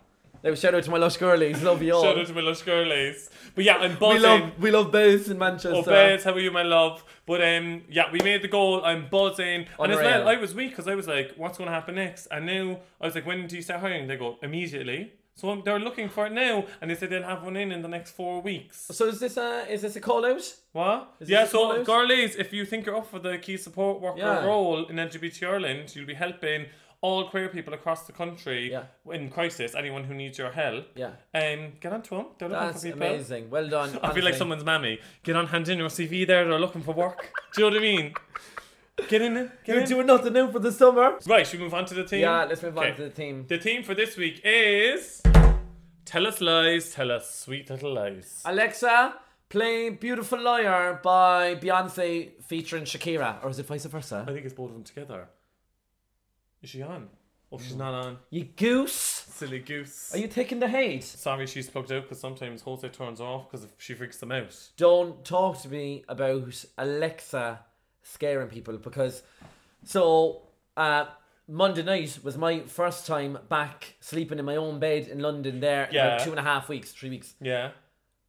[SPEAKER 2] Like, shout out to my lush girlies. Love you all.
[SPEAKER 1] Shout out to my lush girlies. But yeah, I'm
[SPEAKER 2] we
[SPEAKER 1] buzzing.
[SPEAKER 2] love we love Bez in Manchester.
[SPEAKER 1] Oh, Bez, how are you, my love? But um, yeah, we made the goal. I'm buzzing. And as well,
[SPEAKER 2] Unreal.
[SPEAKER 1] I was weak because I was like, what's going to happen next? And now I was like, when do you start hiring? They go, immediately. So I'm- they're looking for it now. And they said they'll have one in in the next four weeks.
[SPEAKER 2] So is this a is this a call out?
[SPEAKER 1] What?
[SPEAKER 2] Is
[SPEAKER 1] yeah,
[SPEAKER 2] this
[SPEAKER 1] so
[SPEAKER 2] colours?
[SPEAKER 1] girlies, if you think you're up for the key support worker
[SPEAKER 2] Yeah.
[SPEAKER 1] role in LGBT Ireland, you'll be helping all queer people across the country
[SPEAKER 2] Yeah.
[SPEAKER 1] in crisis, anyone who needs your help.
[SPEAKER 2] Yeah.
[SPEAKER 1] Um, get on to them. They're looking
[SPEAKER 2] That's
[SPEAKER 1] for people.
[SPEAKER 2] amazing. Well done.
[SPEAKER 1] I feel like someone's mammy. Get on, hand in your CV there. They're looking for work. Do you know what I mean? Get in it. Get
[SPEAKER 2] You're
[SPEAKER 1] in.
[SPEAKER 2] doing nothing new for the summer.
[SPEAKER 1] Right, should we move on to the team?
[SPEAKER 2] Yeah, let's move on
[SPEAKER 1] Okay.
[SPEAKER 2] to the team.
[SPEAKER 1] The theme for this week is Tell Us Lies, Tell Us Sweet Little Lies.
[SPEAKER 2] Alexa, play "Beautiful Liar" by Beyonce featuring Shakira, or is it vice
[SPEAKER 1] I
[SPEAKER 2] versa?
[SPEAKER 1] think it's both of them together. Is she on? Oh, she's not on.
[SPEAKER 2] You goose.
[SPEAKER 1] Silly goose.
[SPEAKER 2] Are you taking the hate?
[SPEAKER 1] Sorry, she's plugged out because sometimes Jose turns off because she freaks them out.
[SPEAKER 2] Don't talk to me about Alexa scaring people because so uh, Monday night was my first time back sleeping in my own bed in London. There, in
[SPEAKER 1] Yeah.
[SPEAKER 2] about two and a half weeks, three weeks.
[SPEAKER 1] Yeah.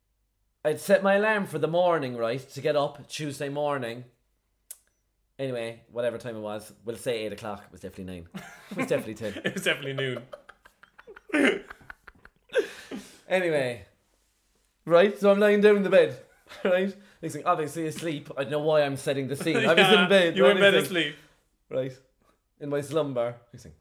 [SPEAKER 2] I'd set my alarm for the morning, right, to get up Tuesday morning. Anyway, whatever time it was, we'll say eight o'clock. It was definitely nine. It was definitely ten.
[SPEAKER 1] It was definitely noon.
[SPEAKER 2] Anyway, right, so I'm lying down in the bed, right. Next thing, obviously asleep. I don't know why I'm setting the scene. I was
[SPEAKER 1] Yeah,
[SPEAKER 2] in bed.
[SPEAKER 1] You were in
[SPEAKER 2] right,
[SPEAKER 1] bed
[SPEAKER 2] next thing,
[SPEAKER 1] asleep.
[SPEAKER 2] right, in my slumber. Next thing,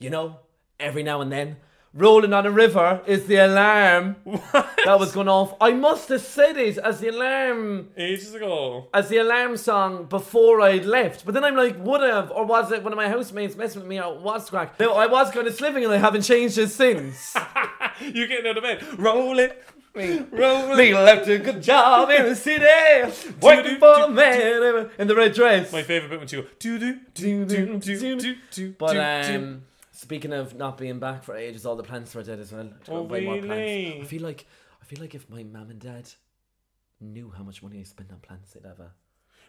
[SPEAKER 2] you know, every now and then, rolling on a river is the alarm that was going off. I must have said it as the alarm.
[SPEAKER 1] Ages ago.
[SPEAKER 2] as the alarm song before I'd left. But then I'm like, would I have, or was it one of my housemates messing with me or was crack? No, I was kind of slipping and I haven't changed it since.
[SPEAKER 1] You getting out of bed? Roll it. Roll it.
[SPEAKER 2] Lee left a good job in the city, working for a man in the red dress.
[SPEAKER 1] My favorite bit when she go do do do do do do do.
[SPEAKER 2] But um, speaking of not being back for ages, all the plants were dead as well. I've got
[SPEAKER 1] Oh,
[SPEAKER 2] way more plants.
[SPEAKER 1] really?
[SPEAKER 2] I feel like I feel like if my mum and dad knew how much money I spend on plants, they'd have a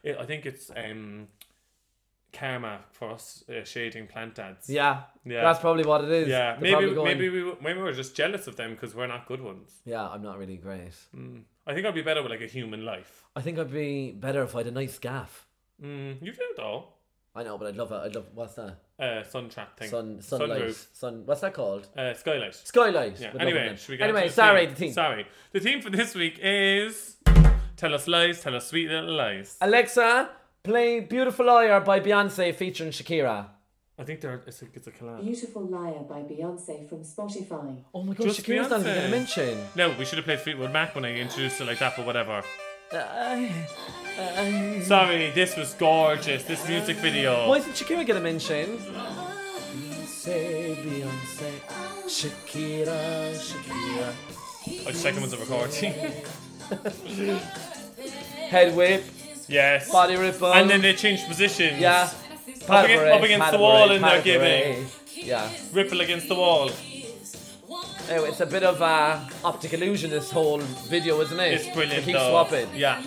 [SPEAKER 1] Yeah, I think it's um karma for us uh, shading plant dads.
[SPEAKER 2] yeah.
[SPEAKER 1] Yeah.
[SPEAKER 2] That's probably what it is.
[SPEAKER 1] Yeah,
[SPEAKER 2] They're
[SPEAKER 1] maybe
[SPEAKER 2] probably going,
[SPEAKER 1] maybe we were- maybe we were just jealous of them because we're not good ones. Hmm.
[SPEAKER 2] Yeah, I'm not really great.
[SPEAKER 1] I think I'd be better with like a human life.
[SPEAKER 2] I think I'd be better if I had a nice gaff.
[SPEAKER 1] Mm, you do though.
[SPEAKER 2] I know, but I'd love it. I'd love what's that?
[SPEAKER 1] Uh, sun trap thing.
[SPEAKER 2] Sun sunlight.
[SPEAKER 1] Sunroof.
[SPEAKER 2] Sun what's that called?
[SPEAKER 1] Uh, skylight.
[SPEAKER 2] Skylight.
[SPEAKER 1] Yeah.
[SPEAKER 2] Would love
[SPEAKER 1] Anyway,
[SPEAKER 2] them.
[SPEAKER 1] should we get
[SPEAKER 2] anyway,
[SPEAKER 1] into
[SPEAKER 2] sorry,
[SPEAKER 1] theme?
[SPEAKER 2] the team.
[SPEAKER 1] Sorry, the theme for this week is tell us lies, tell us sweet little lies.
[SPEAKER 2] Alexa, play Beautiful Liar by Beyonce featuring Shakira.
[SPEAKER 1] I think there, I think it's a collab.
[SPEAKER 5] Beautiful Liar by Beyonce from Spotify.
[SPEAKER 2] Oh my god,
[SPEAKER 1] Just
[SPEAKER 2] Shakira's not even
[SPEAKER 1] Beyonce.
[SPEAKER 2] gonna mention.
[SPEAKER 1] No, we should have played Fleetwood Mac when I introduced it like that, but whatever.
[SPEAKER 2] Uh,
[SPEAKER 1] Sorry, this was gorgeous. This music video.
[SPEAKER 2] why isn't Shakira gonna mention? Beyonce, Beyonce, Shakira, Shakira.
[SPEAKER 1] I was checking was a recording.
[SPEAKER 2] Head whip,
[SPEAKER 1] yes.
[SPEAKER 2] body ripple.
[SPEAKER 1] And then they changed positions.
[SPEAKER 2] yeah.
[SPEAKER 1] Up against,
[SPEAKER 2] Pat
[SPEAKER 1] up against
[SPEAKER 2] Parade,
[SPEAKER 1] the wall, and they're
[SPEAKER 2] Pat
[SPEAKER 1] giving
[SPEAKER 2] Parade. Yeah.
[SPEAKER 1] ripple against the wall.
[SPEAKER 2] Oh, it's a bit of uh, optic illusion, this whole video, isn't it?
[SPEAKER 1] It's brilliant.
[SPEAKER 2] They keep
[SPEAKER 1] though.
[SPEAKER 2] swapping
[SPEAKER 1] Yeah.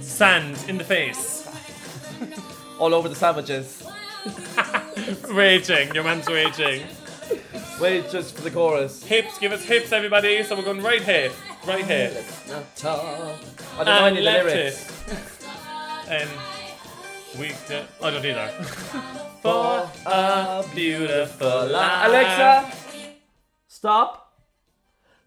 [SPEAKER 1] Sand in the face.
[SPEAKER 2] all over the sandwiches.
[SPEAKER 1] Raging. Your man's raging.
[SPEAKER 2] Wait just for the chorus.
[SPEAKER 1] Hips, give us hips, everybody. So we're going right here, right here,
[SPEAKER 2] Let's not talk. I don't know any of
[SPEAKER 1] and
[SPEAKER 2] the
[SPEAKER 1] left
[SPEAKER 2] lyrics.
[SPEAKER 1] hip. and we, do- I don't either.
[SPEAKER 2] For
[SPEAKER 1] a beautiful life.
[SPEAKER 2] Alexa, stop.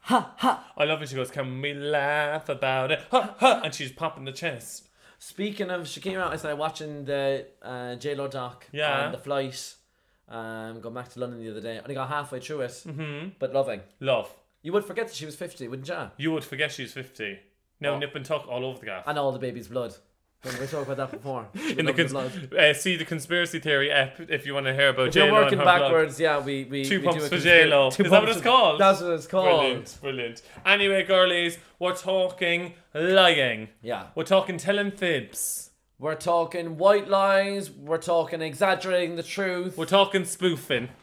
[SPEAKER 1] I love it. She goes, "Can we laugh about it?" Ha, ha. And she's popping the chest.
[SPEAKER 2] Speaking of Shakira, I started watching the uh, J Lo doc
[SPEAKER 1] Yeah.
[SPEAKER 2] on the flight. Um, going back to London the other day, only got halfway through it, mm-hmm. but loving.
[SPEAKER 1] Love.
[SPEAKER 2] You would forget that she was fifty, wouldn't you?
[SPEAKER 1] You would forget she's fifty. No
[SPEAKER 2] Oh.
[SPEAKER 1] nip and tuck all over the gaff.
[SPEAKER 2] And all the baby's blood. Remember we talked about that before.
[SPEAKER 1] In the cons- uh, see the conspiracy theory app if you want to hear about
[SPEAKER 2] If you're
[SPEAKER 1] J-Lo and
[SPEAKER 2] working
[SPEAKER 1] her
[SPEAKER 2] backwards, yeah, we, we
[SPEAKER 1] Two
[SPEAKER 2] we
[SPEAKER 1] pumps
[SPEAKER 2] do a
[SPEAKER 1] for
[SPEAKER 2] conspira-
[SPEAKER 1] J-Lo.
[SPEAKER 2] two
[SPEAKER 1] Is that what
[SPEAKER 2] pumps
[SPEAKER 1] it's
[SPEAKER 2] for-
[SPEAKER 1] called?
[SPEAKER 2] That's what it's
[SPEAKER 1] blog.
[SPEAKER 2] called.
[SPEAKER 1] Brilliant, brilliant. Anyway, girlies, we're talking lying.
[SPEAKER 2] Yeah.
[SPEAKER 1] We're talking telling fibs.
[SPEAKER 2] We're talking white lies, we're talking exaggerating the truth.
[SPEAKER 1] We're talking spoofing.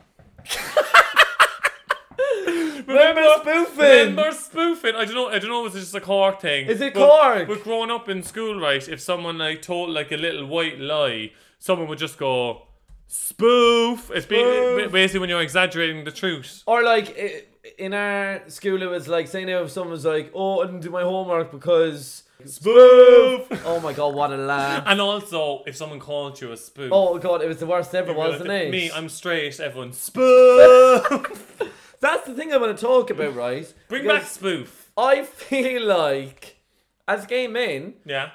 [SPEAKER 2] Remember spoofing?
[SPEAKER 1] Remember spoofing? I don't know. I don't know. Is it just a Cork thing?
[SPEAKER 2] Is it
[SPEAKER 1] But-
[SPEAKER 2] Cork?
[SPEAKER 1] But growing up in school, right? If someone like told like a little white lie, someone would just go spoof. It's ba-
[SPEAKER 2] Spoof.
[SPEAKER 1] basically when you're exaggerating the truth.
[SPEAKER 2] Or like, eh, in our school it was like saying if someone was like, "Oh, I didn't do my homework because spoof." oh my god, what a laugh!
[SPEAKER 1] And also, if someone called you a spoof,
[SPEAKER 2] Oh god, it was the worst ever,
[SPEAKER 1] you'd be like,
[SPEAKER 2] wasn't it?
[SPEAKER 1] Me, I'm straight. Everyone spoof.
[SPEAKER 2] That's the thing I want to talk about, right?
[SPEAKER 1] Bring
[SPEAKER 2] Because
[SPEAKER 1] back spoof.
[SPEAKER 2] I feel like as gay men,
[SPEAKER 1] Yeah.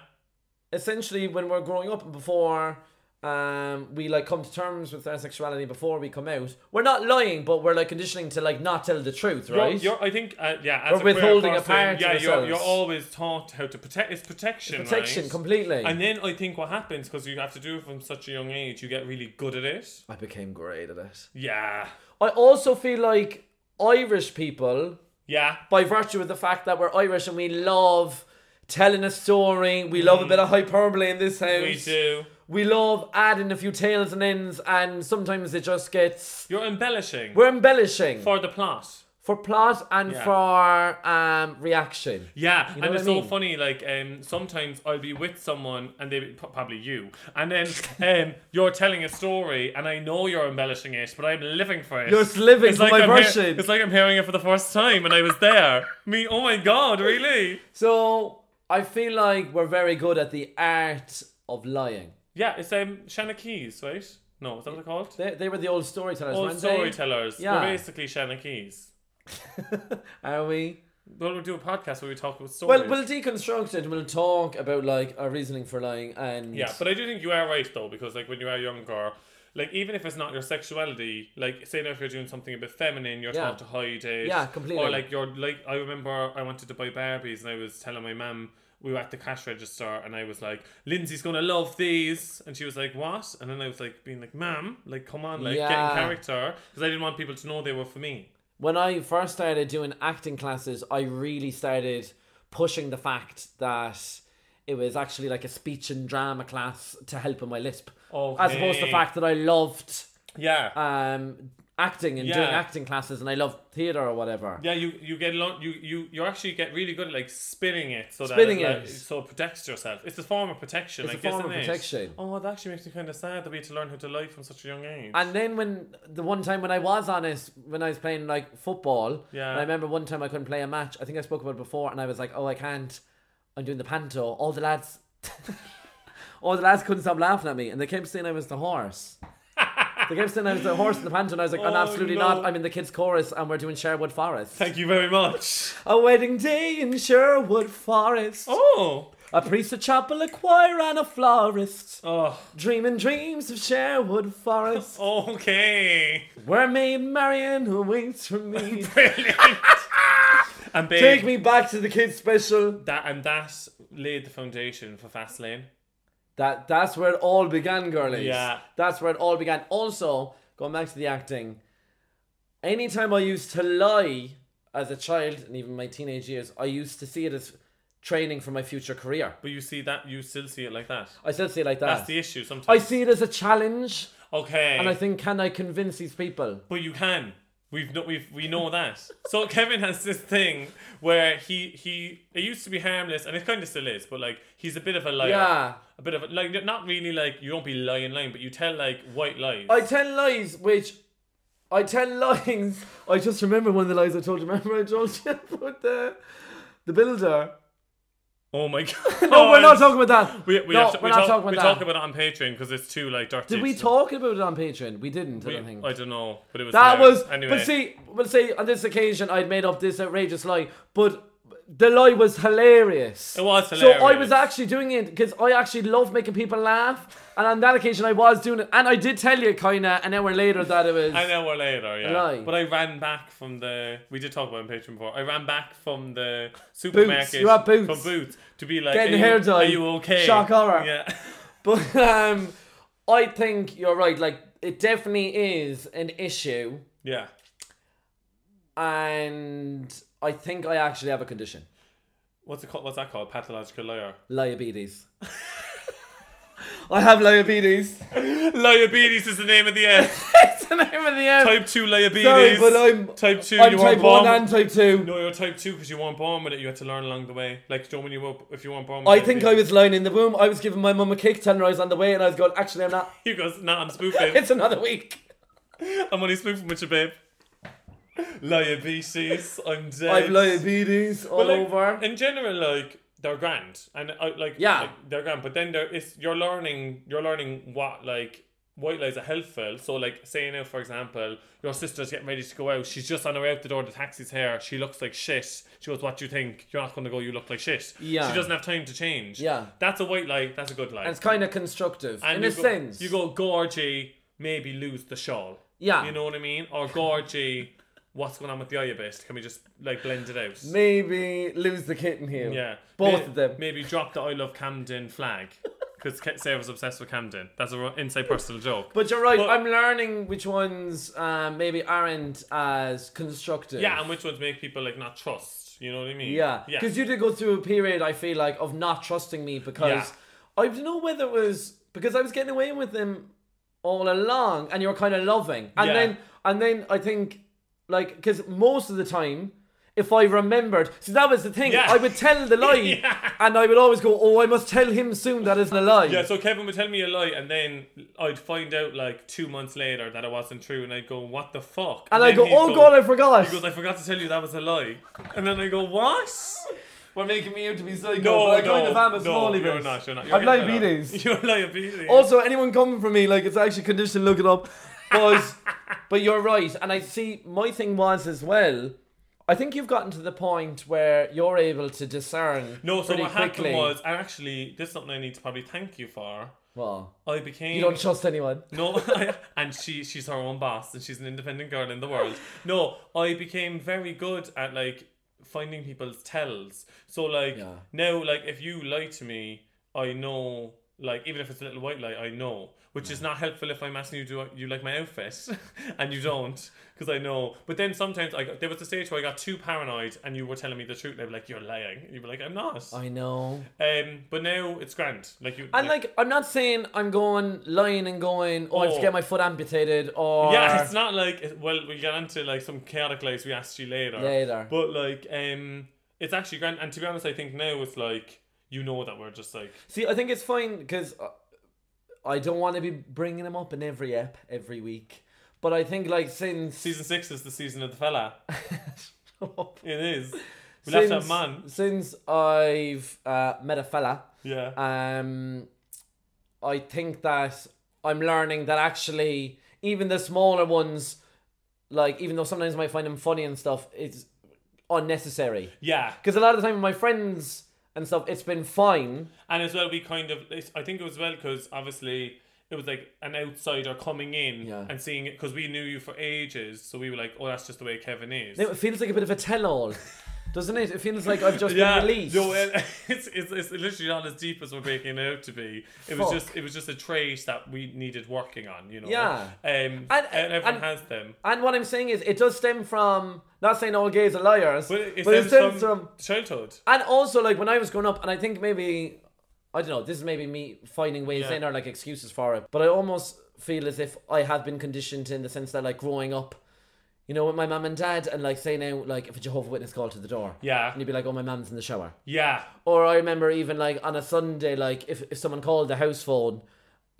[SPEAKER 2] essentially when we're growing up and before um we like come to terms with our sexuality before we come out we're not lying but we're like conditioning to like not tell the truth
[SPEAKER 1] You're-
[SPEAKER 2] right
[SPEAKER 1] You're, I think, uh, yeah, as
[SPEAKER 2] Or
[SPEAKER 1] a queer
[SPEAKER 2] withholding a
[SPEAKER 1] person,
[SPEAKER 2] part of
[SPEAKER 1] Yeah, you're,
[SPEAKER 2] yourselves.
[SPEAKER 1] you're always taught how to protect. It's protection,
[SPEAKER 2] protection
[SPEAKER 1] right?
[SPEAKER 2] completely
[SPEAKER 1] And then I think what happens because you have to do it from such a young age, you get really good at it.
[SPEAKER 2] i became great at it
[SPEAKER 1] Yeah,
[SPEAKER 2] i also feel like irish people
[SPEAKER 1] yeah.
[SPEAKER 2] by virtue of the fact that we're irish and we love telling a story we love a bit of hyperbole in this house
[SPEAKER 1] Mm. We do.
[SPEAKER 2] we love adding a few tails and ends and sometimes it just gets
[SPEAKER 1] You're embellishing
[SPEAKER 2] we're embellishing
[SPEAKER 1] for the plot.
[SPEAKER 2] for plot and
[SPEAKER 1] Yeah.
[SPEAKER 2] for um, reaction.
[SPEAKER 1] Yeah,
[SPEAKER 2] know
[SPEAKER 1] and
[SPEAKER 2] what
[SPEAKER 1] it's
[SPEAKER 2] I mean?
[SPEAKER 1] so funny. Like, um, sometimes I'll be with someone, and they pro- probably you, and then um, you're telling a story, and I know you're embellishing it, but I'm living for it.
[SPEAKER 2] You're living for my
[SPEAKER 1] I'm
[SPEAKER 2] version.
[SPEAKER 1] it's like I'm hearing it for the first time, and I was there. Me, oh my god, really?
[SPEAKER 2] So I feel like we're very good at the art of lying.
[SPEAKER 1] Yeah, it's um, Shanna Keys, right? No, is that what they're called?
[SPEAKER 2] They, they were the old storytellers,
[SPEAKER 1] Old
[SPEAKER 2] weren't
[SPEAKER 1] storytellers.
[SPEAKER 2] Yeah.
[SPEAKER 1] We're basically Shanna Keys.
[SPEAKER 2] they? Are we?
[SPEAKER 1] Well, we'll do a podcast where we talk about stories.
[SPEAKER 2] Well, we'll deconstruct it. and We'll talk about like our reasoning for lying and
[SPEAKER 1] Yeah, but I do think you are right though, because like when you are younger, like even if it's not your sexuality, like say now if you're doing something a bit feminine, you're
[SPEAKER 2] Yeah.
[SPEAKER 1] taught to hide it.
[SPEAKER 2] Yeah, completely.
[SPEAKER 1] Or like you're like I remember I wanted to buy Barbies and I was telling my mum we were at the cash register and I was like, Lindsay's gonna love these and she was like, What? And then I was like being like, Ma'am, like come on, like get
[SPEAKER 2] Yeah.
[SPEAKER 1] in character because I didn't want people to know they were for me.
[SPEAKER 2] when I first started doing acting classes, I really started pushing the fact that it was actually like a speech and drama class to help with my lisp, as opposed to the
[SPEAKER 1] Okay.
[SPEAKER 2] fact that I loved
[SPEAKER 1] Yeah.
[SPEAKER 2] um, acting and
[SPEAKER 1] Yeah.
[SPEAKER 2] doing acting classes, and I love theater or whatever.
[SPEAKER 1] yeah, you you get long, you you you actually get really good at like spinning it so
[SPEAKER 2] Spinning
[SPEAKER 1] that it, like,
[SPEAKER 2] it.
[SPEAKER 1] so it protects yourself. It's a form of protection,
[SPEAKER 2] It's a
[SPEAKER 1] like
[SPEAKER 2] form
[SPEAKER 1] isn't
[SPEAKER 2] of
[SPEAKER 1] it?
[SPEAKER 2] protection.
[SPEAKER 1] Oh, it actually makes me kind of sad that we had to learn how to lie from such a young age.
[SPEAKER 2] And then when the one time when I was honest, when I was playing like football,
[SPEAKER 1] Yeah.
[SPEAKER 2] and I remember one time I couldn't play a match. I think I spoke about it before, and I was like, "Oh, I can't. I'm doing the panto." All the lads, all the lads couldn't stop laughing at me, and they kept saying I was the horse. they kept saying I was the horse in the panto, and I was like, "I'm
[SPEAKER 1] Oh,
[SPEAKER 2] absolutely
[SPEAKER 1] no.
[SPEAKER 2] not. I'm in the kids' chorus, and we're doing Sherwood Forest.
[SPEAKER 1] Thank you very much.
[SPEAKER 2] a wedding day in Sherwood Forest.
[SPEAKER 1] Oh,
[SPEAKER 2] A priest, a chapel, a choir, and a florist.
[SPEAKER 1] oh,
[SPEAKER 2] Dreaming dreams of Sherwood Forest.
[SPEAKER 1] okay.
[SPEAKER 2] Where Maid Marian waits for me.
[SPEAKER 1] Brilliant. and babe,
[SPEAKER 2] Take me back to the kids special.
[SPEAKER 1] that and that laid the foundation for Fastlane.
[SPEAKER 2] That that's where it all began, girlies.
[SPEAKER 1] Yeah.
[SPEAKER 2] That's where it all began. Also, going back to the acting, anytime I used to lie as a child and even my teenage years, I used to see it as training for my future career.
[SPEAKER 1] But you see that you still see it like that.
[SPEAKER 2] I still see it like
[SPEAKER 1] That's
[SPEAKER 2] that.
[SPEAKER 1] the issue sometimes.
[SPEAKER 2] I see it as a challenge,
[SPEAKER 1] Okay.
[SPEAKER 2] and I think, can I convince these people?
[SPEAKER 1] But you can. We've no, we've we know that. So Kevin has this thing where he he it used to be harmless and it kind of still is, but like he's a bit of a liar.
[SPEAKER 2] Yeah.
[SPEAKER 1] A bit of a, like not really like you don't be lying lying, but you tell like white lies.
[SPEAKER 2] I tell lies, which I tell lies. I just remember one of the lies I told you. Remember I told you about the the builder.
[SPEAKER 1] oh my god.
[SPEAKER 2] No, we're not talking about that.
[SPEAKER 1] We, we
[SPEAKER 2] no,
[SPEAKER 1] have to-
[SPEAKER 2] we're
[SPEAKER 1] we
[SPEAKER 2] not
[SPEAKER 1] talk,
[SPEAKER 2] talking about
[SPEAKER 1] we
[SPEAKER 2] that.
[SPEAKER 1] talk about it on Patreon because it's too like dirty.
[SPEAKER 2] Did we
[SPEAKER 1] It's-
[SPEAKER 2] talk about it on Patreon? We didn't. I
[SPEAKER 1] we-
[SPEAKER 2] don't think.
[SPEAKER 1] I don't know, but it was
[SPEAKER 2] that
[SPEAKER 1] hilarious.
[SPEAKER 2] was.
[SPEAKER 1] anyway.
[SPEAKER 2] But see, well, see, on this occasion, I'd made up this outrageous lie, but the lie was hilarious.
[SPEAKER 1] It was
[SPEAKER 2] So I was
[SPEAKER 1] hilarious.
[SPEAKER 2] actually doing it because I actually love making people laugh, and on that occasion, I was doing it, and I did tell you kind of an hour later that it was.
[SPEAKER 1] An hour later, yeah.
[SPEAKER 2] lie.
[SPEAKER 1] But I ran back from the. We did talk about it on Patreon before. I ran back from the supermarket.
[SPEAKER 2] Boots. You're at Boots.
[SPEAKER 1] From Boots to be like,
[SPEAKER 2] Getting
[SPEAKER 1] are
[SPEAKER 2] a hair
[SPEAKER 1] you,
[SPEAKER 2] dye.
[SPEAKER 1] Are you okay?
[SPEAKER 2] Shock horror.
[SPEAKER 1] Yeah.
[SPEAKER 2] But um, I think you're right. Like it definitely is an issue,
[SPEAKER 1] yeah.
[SPEAKER 2] and I think I actually have a condition,
[SPEAKER 1] What's it called? What's that called? Pathological liar.
[SPEAKER 2] diabetes. I have diabetes.
[SPEAKER 1] Liabetes is the name of the end.
[SPEAKER 2] it's the name of the app.
[SPEAKER 1] type two liabetes.
[SPEAKER 2] Sorry, but I'm
[SPEAKER 1] type two.
[SPEAKER 2] I'm
[SPEAKER 1] you
[SPEAKER 2] type
[SPEAKER 1] weren't
[SPEAKER 2] one
[SPEAKER 1] born.
[SPEAKER 2] and type two.
[SPEAKER 1] no, you're type two because you weren't born with it. You had to learn along the way. Like, Joe, when you were, if you weren't born. With
[SPEAKER 2] I think I
[SPEAKER 1] diabetes.
[SPEAKER 2] was lying in the womb. I was giving my mum a cake telling her I was on the way, and I was going, actually, I'm not.
[SPEAKER 1] He goes, Nah, I'm spoofing.
[SPEAKER 2] It's another week.
[SPEAKER 1] I'm only spoofing with you, babe. Liabetes, I'm dead.
[SPEAKER 2] I've diabetes all
[SPEAKER 1] But, like,
[SPEAKER 2] over.
[SPEAKER 1] In general, like they're grand, and uh, like
[SPEAKER 2] Yeah.
[SPEAKER 1] like, they're grand. But then there is you're learning you're learning what like white lies are helpful. So like say now for example, your sister's getting ready to go out. She's just on her way out the door. The taxi's here. She looks like shit. She goes, "What do you think? You're not going to go. You look like shit."
[SPEAKER 2] Yeah.
[SPEAKER 1] She doesn't have time to change.
[SPEAKER 2] Yeah.
[SPEAKER 1] That's a white lie. That's a good lie.
[SPEAKER 2] and it's kind of constructive
[SPEAKER 1] And
[SPEAKER 2] in
[SPEAKER 1] you
[SPEAKER 2] a
[SPEAKER 1] go,
[SPEAKER 2] sense.
[SPEAKER 1] you go gorgy. Maybe lose the shawl.
[SPEAKER 2] Yeah.
[SPEAKER 1] You know what I mean? Or gorgy. What's going on with the eye bit? Can we just like blend it out?
[SPEAKER 2] maybe lose the kitten here.
[SPEAKER 1] Yeah,
[SPEAKER 2] both
[SPEAKER 1] May-
[SPEAKER 2] of them.
[SPEAKER 1] Maybe drop the I love Camden flag because Sarah's obsessed with Camden. That's an inside personal joke.
[SPEAKER 2] But you're right.
[SPEAKER 1] But-
[SPEAKER 2] I'm learning which ones um, maybe aren't as constructive.
[SPEAKER 1] yeah, and which ones make people like not trust? You know what I mean?
[SPEAKER 2] Yeah,
[SPEAKER 1] yeah.
[SPEAKER 2] because you did go through a period I feel like of not trusting me because I don't know whether it was because I was getting away with him all along, and you were kind of loving, and
[SPEAKER 1] Yeah.
[SPEAKER 2] then and then I think like because most of the time. If I remembered, so that was the thing.
[SPEAKER 1] Yeah.
[SPEAKER 2] I would tell the lie,
[SPEAKER 1] Yeah.
[SPEAKER 2] and I would always go, "Oh, I must tell him soon that isn't a lie."
[SPEAKER 1] yeah, so Kevin would tell me a lie, and then I'd find out like two months later that it wasn't true, and I'd go, "What the fuck?"
[SPEAKER 2] and I
[SPEAKER 1] then
[SPEAKER 2] go,
[SPEAKER 1] he'd
[SPEAKER 2] "Oh God, I forgot."
[SPEAKER 1] He goes, "I forgot to tell you that was a lie," and then I go, "What?"
[SPEAKER 2] We're making me out to be psycho,
[SPEAKER 1] No,
[SPEAKER 2] but I
[SPEAKER 1] no,
[SPEAKER 2] kind of am a
[SPEAKER 1] no,
[SPEAKER 2] smally
[SPEAKER 1] you're
[SPEAKER 2] bit.
[SPEAKER 1] not. You're not. You're
[SPEAKER 2] I've
[SPEAKER 1] getting better.
[SPEAKER 2] diabetes.
[SPEAKER 1] You're diabetes.
[SPEAKER 2] Also, anyone coming for me, like it's actually conditioned. Look it up, but but you're right, and I see. My thing was as well. I think you've gotten to the point where you're able to discern.
[SPEAKER 1] no. So
[SPEAKER 2] pretty
[SPEAKER 1] what
[SPEAKER 2] quickly.
[SPEAKER 1] happened was, I actually this is something I need to probably thank you for.
[SPEAKER 2] well,
[SPEAKER 1] I became.
[SPEAKER 2] you don't trust anyone.
[SPEAKER 1] No, and she she's her own boss, and she's an independent girl in the world. No, I became very good at like finding people's tells. So like
[SPEAKER 2] Yeah.
[SPEAKER 1] now, like if you lie to me, I know. Like even if it's a little white lie, I know, which is not helpful if I'm asking you do I- you like my outfit, and you don't, because I know. But then sometimes I got, there was a stage where I got too paranoid, and you were telling me the truth. and I'd be like, "You're lying," and you'd be like, "I'm not."
[SPEAKER 2] I know.
[SPEAKER 1] um, but now it's grand. Like you.
[SPEAKER 2] And like, I'm not saying I'm going lying and going. Oh, I have to
[SPEAKER 1] Oh.
[SPEAKER 2] get my foot amputated. Or
[SPEAKER 1] Yeah, it's not like it- well, we get into like some chaotic lies we asked you later.
[SPEAKER 2] Later.
[SPEAKER 1] But like, um, it's actually grand. And to be honest, I think now it's like you know that we're just like
[SPEAKER 2] See, I think it's fine because I don't want to be bringing him up in every ep every week. But I think like since
[SPEAKER 1] season six is the season of the fella. It is. We left
[SPEAKER 2] since,
[SPEAKER 1] that man.
[SPEAKER 2] since I've uh, met a fella,
[SPEAKER 1] Yeah.
[SPEAKER 2] um, I think that I'm learning that actually even the smaller ones, like even though sometimes I might find them funny and stuff, it's unnecessary.
[SPEAKER 1] yeah.
[SPEAKER 2] Because a lot of the time with my friends and stuff, it's been fine.
[SPEAKER 1] And as well, we kind of, it's- I think it was well because obviously it was like an outsider coming in
[SPEAKER 2] Yeah.
[SPEAKER 1] and seeing it because we knew you for ages. So we were like, oh, that's just the way Kevin is.
[SPEAKER 2] It feels like a bit of a tell-all, doesn't it? It feels like I've just been released.
[SPEAKER 1] No, it- it's, it's, it's literally not as deep as we're making it out to be. It was
[SPEAKER 2] Fuck.
[SPEAKER 1] just it was just a trait that we needed working on, you know.
[SPEAKER 2] Yeah.
[SPEAKER 1] Um, and, everyone
[SPEAKER 2] and-
[SPEAKER 1] has them.
[SPEAKER 2] and what I'm saying is, it does stem from not saying all gays are liars,
[SPEAKER 1] But it,
[SPEAKER 2] but it
[SPEAKER 1] stems
[SPEAKER 2] stems
[SPEAKER 1] from,
[SPEAKER 2] from
[SPEAKER 1] childhood.
[SPEAKER 2] And also, like when I was growing up, and I think maybe I don't know. This is maybe me finding ways
[SPEAKER 1] Yeah.
[SPEAKER 2] in or like excuses for it. But I almost feel as if I have been conditioned in the sense that like growing up, you know, with my mum and dad, and like say now like if a Jehovah Witness called to the door,
[SPEAKER 1] Yeah.
[SPEAKER 2] and you'd be like, oh, my mum's in the shower.
[SPEAKER 1] Yeah.
[SPEAKER 2] Or I remember even like on a Sunday, like if if someone called the house phone.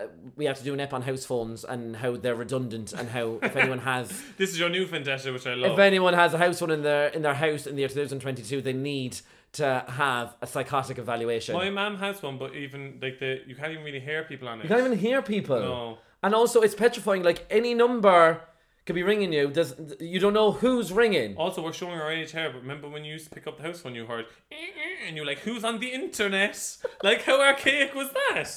[SPEAKER 2] uh, We had to do an ep on house phones and how they're redundant and how if anyone has
[SPEAKER 1] This is your new vendetta, which I love.
[SPEAKER 2] if anyone has a house phone in their in their house in the year 2022, they need to have a psychotic evaluation.
[SPEAKER 1] My mum has one, but even like the you can't even really hear people on it.
[SPEAKER 2] you can't even hear people.
[SPEAKER 1] No.
[SPEAKER 2] And also, it's petrifying. Like any number could be ringing you. Does you don't know who's ringing?
[SPEAKER 1] Also, we're showing our age here, but remember when you used to pick up the house phone, you heard, "Eh, eh," and you're like, who's on the internet? like, how archaic was that?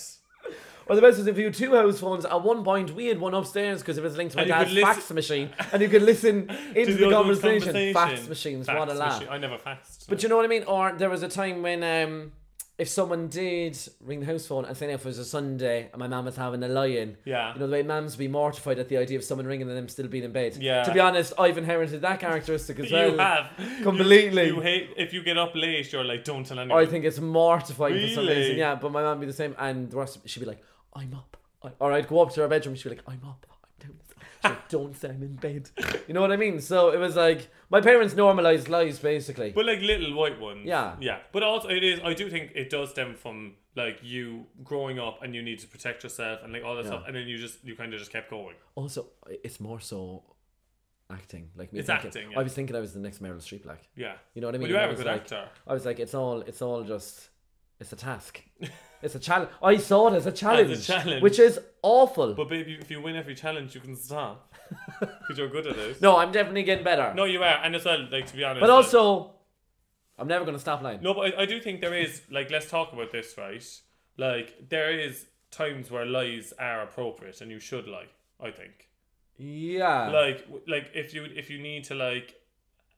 [SPEAKER 2] Or the best is if you had two house phones. At one point, we had one upstairs because it was linked to my
[SPEAKER 1] And you could
[SPEAKER 2] dad's
[SPEAKER 1] listen-
[SPEAKER 2] fax machine, and you could listen into the,
[SPEAKER 1] other one's
[SPEAKER 2] conversation. Fax
[SPEAKER 1] conversation.
[SPEAKER 2] machines,
[SPEAKER 1] Fax
[SPEAKER 2] what a laugh!
[SPEAKER 1] machine. I never faxed.
[SPEAKER 2] But you know what I mean? Or there was a time when um, if someone did ring the house phone and say now if it was a Sunday and my mum was having a lie-in,
[SPEAKER 1] Yeah.
[SPEAKER 2] you know the way mums be mortified at the idea of someone ringing and them still being in bed.
[SPEAKER 1] Yeah.
[SPEAKER 2] To be honest, I've inherited that characteristic as well.
[SPEAKER 1] you have
[SPEAKER 2] completely.
[SPEAKER 1] You, you hate if you get up late. You're like, don't tell anyone.
[SPEAKER 2] I think it's mortifying for some
[SPEAKER 1] Really?
[SPEAKER 2] reason. Yeah, but my mum be the same, and the rest she'd be like, "I'm up," I, or I'd go up to her bedroom. She'd be like, "I'm up." I'm down. She'd be like, Don't say I'm in bed. You know what I mean? So it was like my parents normalized lies basically.
[SPEAKER 1] But like little white ones.
[SPEAKER 2] Yeah.
[SPEAKER 1] Yeah. But also, it is. I do think it does stem from like you growing up and you need to protect yourself and like all that stuff, and then you just you kind of just kept going.
[SPEAKER 2] also, it's more so acting. Like me
[SPEAKER 1] It's
[SPEAKER 2] thinking-
[SPEAKER 1] acting, yeah.
[SPEAKER 2] I was thinking I was the next Meryl Streep. Like
[SPEAKER 1] Yeah.
[SPEAKER 2] you know what I mean?
[SPEAKER 1] Well, you
[SPEAKER 2] I
[SPEAKER 1] are a
[SPEAKER 2] was
[SPEAKER 1] good
[SPEAKER 2] like,
[SPEAKER 1] actor.
[SPEAKER 2] I was like, it's all, it's all just, it's a task. It's a challenge. I saw it as a challenge,
[SPEAKER 1] challenge.
[SPEAKER 2] which is awful.
[SPEAKER 1] But baby, if you win every challenge, you can stop because you're good at it.
[SPEAKER 2] no, I'm definitely getting better.
[SPEAKER 1] No, you are, and as well, like to be honest.
[SPEAKER 2] but
[SPEAKER 1] like-
[SPEAKER 2] also, I'm never gonna stop lying.
[SPEAKER 1] no, but I, I do think there is like let's talk about this, right? Like there is times where lies are appropriate, and you should lie. I think.
[SPEAKER 2] Yeah.
[SPEAKER 1] like w- like if you if you need to like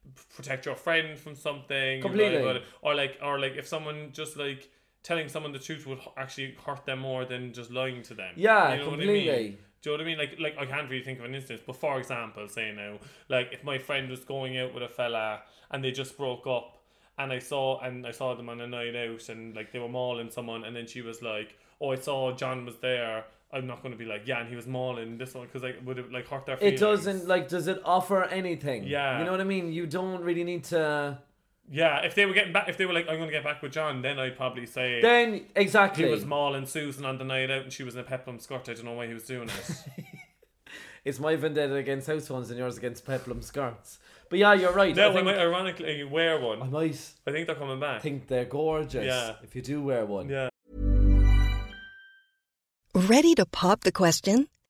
[SPEAKER 1] p- protect your friend from something you lie
[SPEAKER 2] Completely.
[SPEAKER 1] about it. or like or like if someone just like telling someone the truth would h- actually hurt them more than just lying to them
[SPEAKER 2] Yeah,
[SPEAKER 1] you know what I mean?
[SPEAKER 2] completely.
[SPEAKER 1] Do you know what I mean? Like, like I can't really think of an instance, but for example, say now, like if my friend was going out with a fella and they just broke up, and I saw and I saw them on a night out, and like they were mauling someone, and then she was like, "Oh, I saw John was there." I'm not going to be like, "Yeah," and he was mauling this one because like would it like hurt their
[SPEAKER 2] it
[SPEAKER 1] feelings?
[SPEAKER 2] doesn't like. Does it offer anything?
[SPEAKER 1] Yeah.
[SPEAKER 2] You know what I mean? You don't really need to.
[SPEAKER 1] Yeah, if they were getting back, if they were like, "I'm going to get back with John," then I'd probably say.
[SPEAKER 2] Then exactly.
[SPEAKER 1] he was mauling Susan on the night out, and she was in a peplum skirt. I don't know why he was doing it.
[SPEAKER 2] It's my vendetta against househounds and yours against peplum skirts. But yeah, you're right.
[SPEAKER 1] no,
[SPEAKER 2] I,
[SPEAKER 1] I
[SPEAKER 2] think,
[SPEAKER 1] might ironically wear
[SPEAKER 2] I
[SPEAKER 1] one.
[SPEAKER 2] might
[SPEAKER 1] I think they're coming back.
[SPEAKER 2] think they're gorgeous.
[SPEAKER 1] Yeah.
[SPEAKER 2] If you do wear one.
[SPEAKER 1] Yeah.
[SPEAKER 6] Ready to pop the question?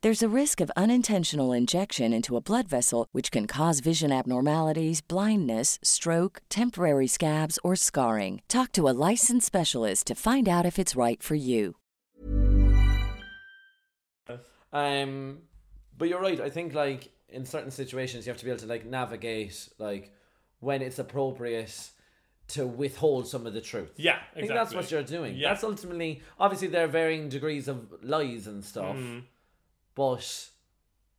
[SPEAKER 7] There's a risk of unintentional injection into a blood vessel, which can cause vision abnormalities, blindness, stroke, temporary scabs, or scarring. Talk to a licensed specialist to find out if it's right for you.
[SPEAKER 2] Um, but you're right. I think like in certain situations, you have to be able to like navigate like when it's appropriate to withhold some of the truth.
[SPEAKER 1] Yeah,
[SPEAKER 2] I think that's
[SPEAKER 1] exactly.
[SPEAKER 2] what you're doing.
[SPEAKER 1] Yeah.
[SPEAKER 2] That's ultimately obviously there are varying degrees of lies and stuff,
[SPEAKER 1] Mm-hmm.
[SPEAKER 2] but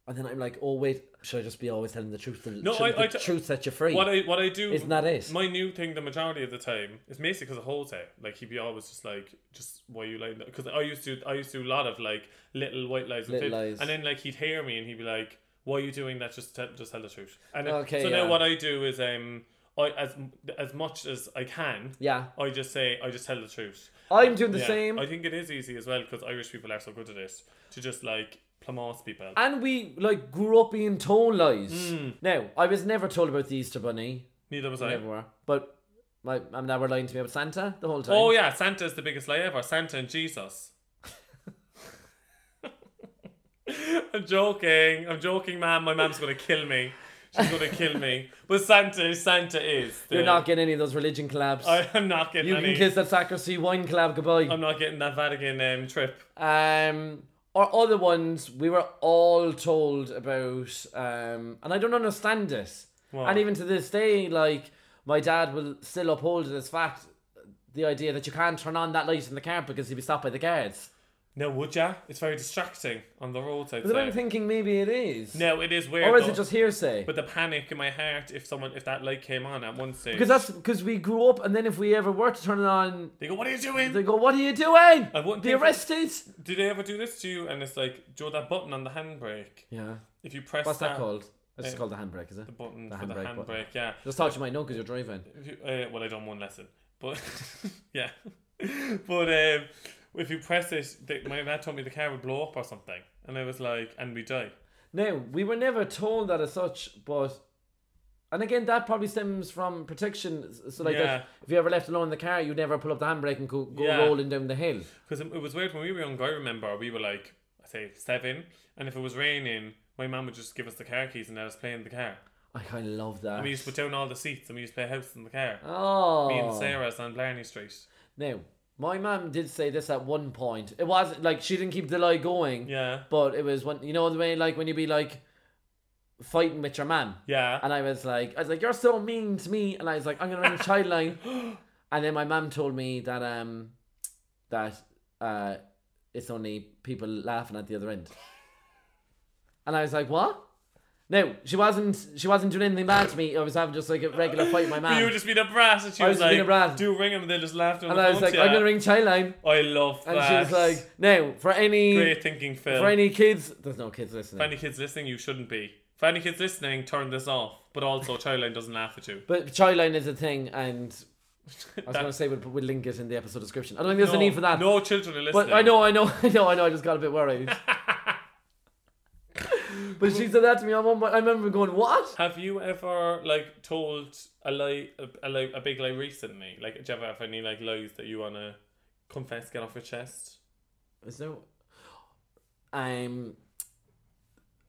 [SPEAKER 2] and then I'm like, oh wait, should I just be always telling the truth? The,
[SPEAKER 1] No,
[SPEAKER 2] should
[SPEAKER 1] I-
[SPEAKER 2] the
[SPEAKER 1] I t-
[SPEAKER 2] truth set you free.
[SPEAKER 1] What I what I do
[SPEAKER 2] Isn't that it?
[SPEAKER 1] My new thing, the majority of the time, is basically because of Jose. Like he'd be always just like, just why you like that? Because I used to I used to do a lot of like little white lies, and
[SPEAKER 2] Little
[SPEAKER 1] fib-
[SPEAKER 2] lies.
[SPEAKER 1] and then like he'd hear me and he'd be like, "Why are you doing that? Just tell, just tell the truth." And then-
[SPEAKER 2] Okay,
[SPEAKER 1] so
[SPEAKER 2] yeah.
[SPEAKER 1] now what I do is um. I, as as much as I can,
[SPEAKER 2] Yeah.
[SPEAKER 1] I just say I just tell the truth.
[SPEAKER 2] I'm doing the
[SPEAKER 1] Yeah.
[SPEAKER 2] same.
[SPEAKER 1] I think it is easy as well because Irish people are so good at it to just like plumose people.
[SPEAKER 2] and we like grew up being told lies.
[SPEAKER 1] Mm.
[SPEAKER 2] Now I was never told about the Easter Bunny.
[SPEAKER 1] Neither was I.
[SPEAKER 2] Never were. But my mum and dad were lying to me about Santa the whole time.
[SPEAKER 1] Oh yeah, Santa's the biggest lie ever. Santa and Jesus. I'm joking. I'm joking, ma'am. My mom's gonna kill me. She's gonna kill me. But Santa is Santa is. the-
[SPEAKER 2] You're not getting any of those religion collabs.
[SPEAKER 1] I, am not getting
[SPEAKER 2] you
[SPEAKER 1] any.
[SPEAKER 2] can kiss that sacristy wine collab goodbye.
[SPEAKER 1] I'm not getting that Vatican um, trip.
[SPEAKER 2] Um, or other ones we were all told about, um, and I don't understand this. And even to this day, like my dad will still uphold this fact, the idea that you can't turn on that light in the car because you'll be stopped by the guards.
[SPEAKER 1] No, would ya? It's very distracting on the road. I'd
[SPEAKER 2] But then I'm
[SPEAKER 1] say.
[SPEAKER 2] thinking maybe it is.
[SPEAKER 1] No, it is weird.
[SPEAKER 2] Or is
[SPEAKER 1] though.
[SPEAKER 2] it just hearsay?
[SPEAKER 1] But the panic in my heart if someone if that light came on at one stage.
[SPEAKER 2] because that's because we grew up, and then if we ever were to turn it on,
[SPEAKER 1] they go, "What are you doing?"
[SPEAKER 2] They go, "What are you doing?
[SPEAKER 1] I wouldn't
[SPEAKER 2] Be
[SPEAKER 1] think-
[SPEAKER 2] arrested!"
[SPEAKER 1] Do they ever do this to you? And it's like, Joe, that button on the handbrake.
[SPEAKER 2] Yeah.
[SPEAKER 1] If you press
[SPEAKER 2] What's that
[SPEAKER 1] that
[SPEAKER 2] called? It's just
[SPEAKER 1] Uh,
[SPEAKER 2] called the handbrake, is it?
[SPEAKER 1] the button
[SPEAKER 2] The
[SPEAKER 1] for the
[SPEAKER 2] handbrake
[SPEAKER 1] handbrake.
[SPEAKER 2] button.
[SPEAKER 1] Yeah.
[SPEAKER 2] Just thought you might know because you're driving.
[SPEAKER 1] If you- uh, well, I done one lesson, but yeah. but um, if you press it, they, my dad told me the car would blow up or something, and I was like, and we die.
[SPEAKER 2] Now, we were never told that as such, but. And again, that probably stems from protection. s- So, like,
[SPEAKER 1] Yeah.
[SPEAKER 2] that if you ever left alone in the car, you'd never pull up the handbrake and go, go
[SPEAKER 1] Yeah.
[SPEAKER 2] rolling down the hill.
[SPEAKER 1] Because it, it was weird when we were younger. I remember we were like, I say seven, and if it was raining, my mum would just give us the car keys and let us play in the car.
[SPEAKER 2] I kind of love that.
[SPEAKER 1] And we used to put down all the seats and we used to play house in the car.
[SPEAKER 2] oh.
[SPEAKER 1] Me and Sarah's on Blarney Street.
[SPEAKER 2] Now, my mum did say this at one point. It was like she didn't keep the lie going.
[SPEAKER 1] Yeah.
[SPEAKER 2] But it was when you know the way like when you be like fighting with your man.
[SPEAKER 1] Yeah.
[SPEAKER 2] And I was like, I was like, you're so mean to me, and I was like, I'm gonna run a child line. And then my mum told me that um that uh it's only people laughing at the other end. And I was like, what? No, she wasn't. She wasn't doing anything bad to me. I was having just like a regular fight with my man.
[SPEAKER 1] you would just being a brat, and she
[SPEAKER 2] I
[SPEAKER 1] was
[SPEAKER 2] was just being
[SPEAKER 1] like,
[SPEAKER 2] a brat.
[SPEAKER 1] "Do ring him," and they just laughed. On
[SPEAKER 2] and
[SPEAKER 1] the
[SPEAKER 2] I was
[SPEAKER 1] phone
[SPEAKER 2] like,
[SPEAKER 1] to
[SPEAKER 2] I'm
[SPEAKER 1] you.
[SPEAKER 2] gonna ring child line.
[SPEAKER 1] I love
[SPEAKER 2] And
[SPEAKER 1] that.
[SPEAKER 2] she was like, "Now, for any
[SPEAKER 1] "Great thinking, Phil."
[SPEAKER 2] for any kids, there's no kids
[SPEAKER 1] If
[SPEAKER 2] listening.
[SPEAKER 1] any kids listening, you shouldn't be. If any kids listening, turn this off. But also, Childline doesn't laugh at you.
[SPEAKER 2] But Childline is a thing, and I was
[SPEAKER 1] That-
[SPEAKER 2] going to say we'll, we'll link it in the episode description. I don't think there's
[SPEAKER 1] no,
[SPEAKER 2] a need for that.
[SPEAKER 1] No children are listening.
[SPEAKER 2] but I know, I know, I know, I know. I just got a bit worried. but she said that to me on one point. I remember going, "What?"
[SPEAKER 1] Have you ever like told a lie, a, a, lie, a big lie recently? Like, do you ever have any like lies that you wanna confess, get off your chest?
[SPEAKER 2] Is there? Um.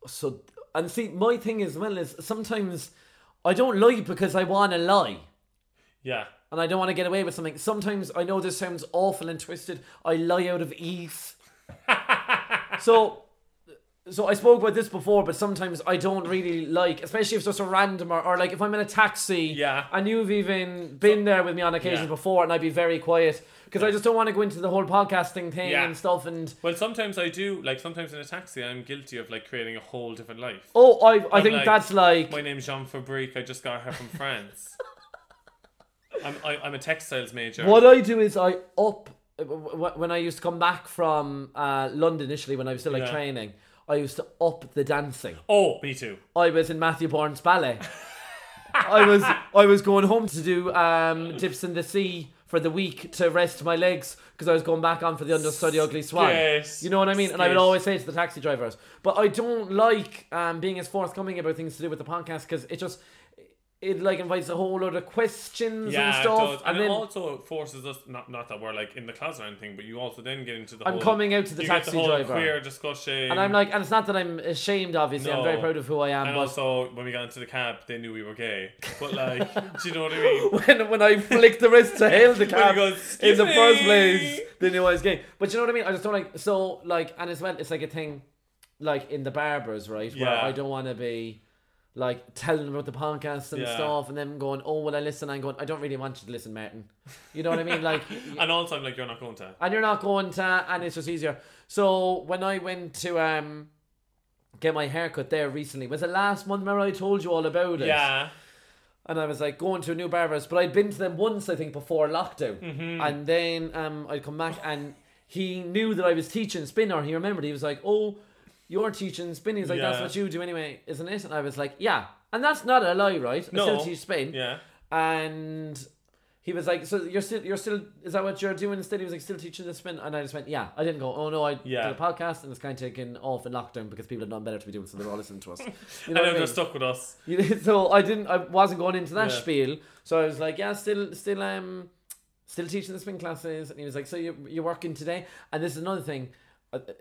[SPEAKER 2] So and see, my thing as well is sometimes I don't lie because I want to lie.
[SPEAKER 1] Yeah.
[SPEAKER 2] and I don't want to get away with something. Sometimes I know this sounds awful and twisted. I lie out of ease. so, so I spoke about this before, but sometimes I don't really like, especially if it's just a random or, or like if I'm in a taxi.
[SPEAKER 1] Yeah.
[SPEAKER 2] And you've even been there with me on occasions
[SPEAKER 1] Yeah.
[SPEAKER 2] before, and I'd be very quiet because I just don't want to go into the whole podcasting thing
[SPEAKER 1] Yeah.
[SPEAKER 2] and stuff. And
[SPEAKER 1] Well, sometimes I do. Like, sometimes in a taxi, I'm guilty of like creating a whole different life.
[SPEAKER 2] oh, I I
[SPEAKER 1] I'm
[SPEAKER 2] think
[SPEAKER 1] like,
[SPEAKER 2] that's like
[SPEAKER 1] My name's Jean Fabrique. I just got her from France. I'm, I, I'm a textiles major.
[SPEAKER 2] What I do is I up w- w- when I used to come back from uh, London initially when I was still like
[SPEAKER 1] Yeah.
[SPEAKER 2] training. I used to up the dancing.
[SPEAKER 1] Oh, me too.
[SPEAKER 2] I was in Matthew Bourne's ballet. I was I was going home to do um, dips in the sea for the week to rest my legs because I was going back on for the understudy ugly swan.
[SPEAKER 1] Yes.
[SPEAKER 2] You know what I mean? And I would
[SPEAKER 1] Yes.
[SPEAKER 2] always say to the taxi drivers, but I don't like um, being as forthcoming about things to do with the podcast because it just it like invites a whole lot of questions and
[SPEAKER 1] Yeah, it
[SPEAKER 2] stuff.
[SPEAKER 1] does. And, it also forces us not not that we're like in the closet or anything, but you also then get into the.
[SPEAKER 2] I'm
[SPEAKER 1] whole,
[SPEAKER 2] coming out to the
[SPEAKER 1] you get
[SPEAKER 2] taxi
[SPEAKER 1] whole
[SPEAKER 2] driver.
[SPEAKER 1] Queer discussion.
[SPEAKER 2] And I'm like, and it's not that I'm ashamed, obviously. I'm very
[SPEAKER 1] No.
[SPEAKER 2] proud of who I am.
[SPEAKER 1] And
[SPEAKER 2] but
[SPEAKER 1] also, when we got into the cab, they knew we were gay. But like, do you know what I mean?
[SPEAKER 2] when, when I flicked the wrist to hail the
[SPEAKER 1] When
[SPEAKER 2] cab
[SPEAKER 1] you go,
[SPEAKER 2] in
[SPEAKER 1] "Excuse
[SPEAKER 2] the first
[SPEAKER 1] me."
[SPEAKER 2] place, they knew I was gay. But you know what I mean? I just don't like, so, like, and as well, it's like a thing, like, in the barbers, right? Where
[SPEAKER 1] Yeah.
[SPEAKER 2] I don't want to be, like, telling them about the podcast and
[SPEAKER 1] Yeah.
[SPEAKER 2] stuff, and them going, oh, will I listen? I'm going, I don't really want you to listen, Martin. You know what I mean? Like,
[SPEAKER 1] And also, I'm like, you're not going to.
[SPEAKER 2] and you're not going to, and it's just easier. So when I went to um get my haircut there recently, was it last month? Remember I told you all about it?
[SPEAKER 1] Yeah.
[SPEAKER 2] And I was like going to a new barber's, but I'd been to them once I think before lockdown,
[SPEAKER 1] Mm-hmm.
[SPEAKER 2] and then um I'd come back and he knew that I was teaching spin, or he remembered. He was like, "Oh, you're teaching spin." He's like, "That's
[SPEAKER 1] Yeah.
[SPEAKER 2] what you do anyway, isn't it?" And I was like, "Yeah." And that's not a lie, right? I
[SPEAKER 1] No.
[SPEAKER 2] still teach spin
[SPEAKER 1] Yeah.
[SPEAKER 2] and he was like, "So you're still, you're still, is that what you're doing instead?" He was like, "Still teaching the spin," and I just went, "Yeah." I didn't go, "Oh no, I
[SPEAKER 1] Yeah.
[SPEAKER 2] did a podcast," and it's kind of taken off in lockdown because people have done better to be doing, so they're all listening to us. You know what
[SPEAKER 1] and
[SPEAKER 2] I
[SPEAKER 1] then
[SPEAKER 2] mean?
[SPEAKER 1] they're stuck with us.
[SPEAKER 2] You- so I didn't, I wasn't going into that
[SPEAKER 1] Yeah.
[SPEAKER 2] spiel. So I was like, "Yeah, still, still, um, still teaching the spin classes," and he was like, "So you you're working today?" And this is another thing, uh, uh,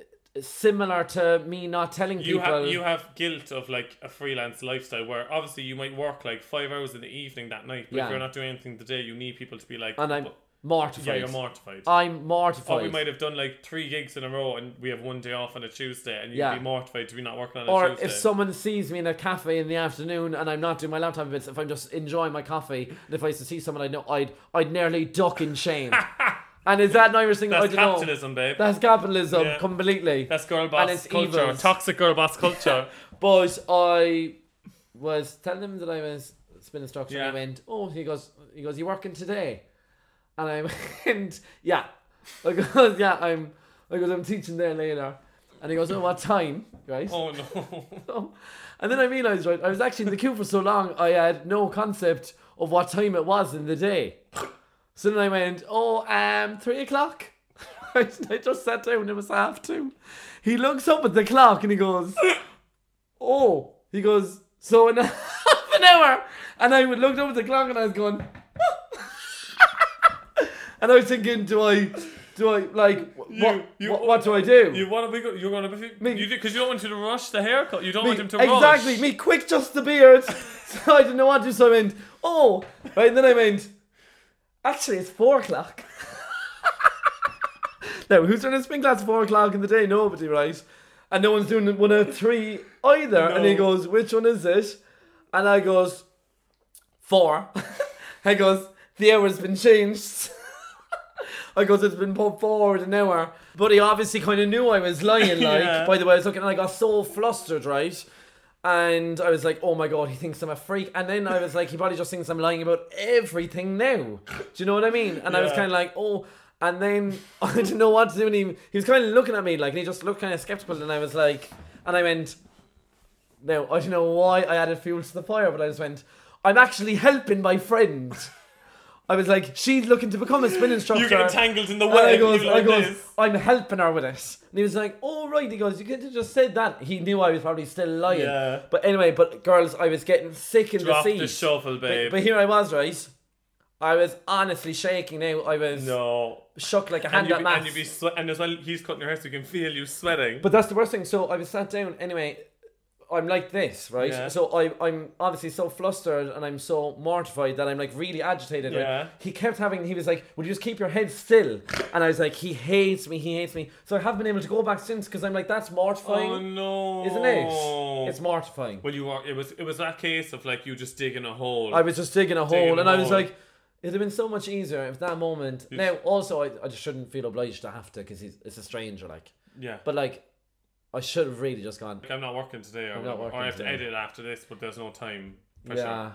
[SPEAKER 2] similar to me not telling
[SPEAKER 1] You
[SPEAKER 2] people.
[SPEAKER 1] have you have guilt of like a freelance lifestyle where obviously you might work like five hours in the evening that night, but
[SPEAKER 2] Yeah.
[SPEAKER 1] if you're not doing anything today, you need people to be like,
[SPEAKER 2] and I'm
[SPEAKER 1] "Well,
[SPEAKER 2] mortified.
[SPEAKER 1] yeah, you're mortified.
[SPEAKER 2] I'm mortified.
[SPEAKER 1] Or we might have done like three gigs in a row and we have one day off on a Tuesday and you'd
[SPEAKER 2] Yeah.
[SPEAKER 1] be mortified to be not working on a
[SPEAKER 2] Or
[SPEAKER 1] Tuesday.
[SPEAKER 2] if someone sees me in a cafe in the afternoon and I'm not doing my laptop bits, if I'm just enjoying my coffee, and if I used to see someone I know, I'd I'd nearly duck in shame. and is that an Irish thing?
[SPEAKER 1] That's
[SPEAKER 2] I don't
[SPEAKER 1] capitalism,
[SPEAKER 2] know.
[SPEAKER 1] babe.
[SPEAKER 2] That's capitalism
[SPEAKER 1] Yeah.
[SPEAKER 2] completely.
[SPEAKER 1] That's girl boss
[SPEAKER 2] and it's
[SPEAKER 1] culture.
[SPEAKER 2] evils.
[SPEAKER 1] Toxic girl boss culture.
[SPEAKER 2] But I was telling him that I was spinning stocks,
[SPEAKER 1] Yeah.
[SPEAKER 2] and I went, "Oh," he goes, "He goes, you working today?" And I went, "Yeah." I goes, "Yeah, I'm." I goes, "I'm teaching there later," and he goes, "Oh, what time?" Right?
[SPEAKER 1] oh no.
[SPEAKER 2] And then I realised, right, I was actually in the queue for so long, I had no concept of what time it was in the day. So then I went, oh, um, three o'clock. Right, and I just sat down, it was half two. He looks up at the clock and he goes, oh, he goes, so in half an hour. And I would looked up at the clock and I was going, and I was thinking, do I, do I, like, wh- what, what, what do I do?
[SPEAKER 1] You want to be? You're going to be?
[SPEAKER 2] Me-
[SPEAKER 1] you because you don't want him to rush the haircut. You don't
[SPEAKER 2] Me-
[SPEAKER 1] want him to rush.
[SPEAKER 2] exactly, me quick just the beard. so I didn't know what to do, so I went, oh. Right, and then I went, actually, it's four o'clock. now, who's doing a spin class at four o'clock in the day? Nobody, right? And no one's doing the one of three either. And he
[SPEAKER 1] No.
[SPEAKER 2] goes, which one is it? And I goes, four. I goes, the hour's been changed. I goes, it's been put forward an hour. But he obviously kind of knew I was lying, like,
[SPEAKER 1] Yeah.
[SPEAKER 2] by the way I was looking, and I got so flustered, right? And I was like, oh my god, he thinks I'm a freak. And then I was like, he probably just thinks I'm lying about everything now. Do you know what I mean? And I was
[SPEAKER 1] Yeah.
[SPEAKER 2] kind of like, oh. And then I didn't know what to do. And he, he was kind of looking at me, like, and he just looked kind of skeptical. And I was like, and I went, now, I don't know why I added fuel to the fire, but I just went, I'm actually helping my friend. I was like, she's looking to become a spin instructor.
[SPEAKER 1] You get entangled in the
[SPEAKER 2] And I
[SPEAKER 1] web,
[SPEAKER 2] goes,
[SPEAKER 1] you like
[SPEAKER 2] I goes,
[SPEAKER 1] this.
[SPEAKER 2] I'm helping her with it. And he was like, all right. He goes, you could have just said that. He knew I was probably still lying.
[SPEAKER 1] Yeah.
[SPEAKER 2] But anyway, but girls, I was getting sick in
[SPEAKER 1] Drop
[SPEAKER 2] the seat.
[SPEAKER 1] the shovel, babe.
[SPEAKER 2] But, but here I was, right? I was honestly shaking now. I was
[SPEAKER 1] no.
[SPEAKER 2] shook like a
[SPEAKER 1] And
[SPEAKER 2] hand
[SPEAKER 1] you
[SPEAKER 2] at
[SPEAKER 1] be,
[SPEAKER 2] maths.
[SPEAKER 1] and you be swe- and as well he's cutting your hair so you can feel you sweating.
[SPEAKER 2] But that's the worst thing. So I was sat down anyway. I'm like this, right?
[SPEAKER 1] Yeah.
[SPEAKER 2] So I, I'm obviously so flustered and I'm so mortified that I'm like really agitated. right?
[SPEAKER 1] Yeah.
[SPEAKER 2] He kept having, he was like, Would you just keep your head still? And I was like, He hates me, he hates me. So I haven't been able to go back since because I'm like, That's mortifying.
[SPEAKER 1] oh no.
[SPEAKER 2] Isn't it? It's mortifying.
[SPEAKER 1] Well, you are. It was. It was that case of like you just digging a hole.
[SPEAKER 2] I was just digging a
[SPEAKER 1] Digging
[SPEAKER 2] hole
[SPEAKER 1] a
[SPEAKER 2] and I was
[SPEAKER 1] hole.
[SPEAKER 2] like, It'd have been so much easier if that moment. Now, also, I, I just shouldn't feel obliged to have to because it's a stranger, like.
[SPEAKER 1] Yeah.
[SPEAKER 2] But like, I should have really just gone,
[SPEAKER 1] like, I'm not working today, or,
[SPEAKER 2] I'm not
[SPEAKER 1] whatever,
[SPEAKER 2] working
[SPEAKER 1] or I have to
[SPEAKER 2] today.
[SPEAKER 1] edit after this, but there's no time. pressure.
[SPEAKER 2] Yeah.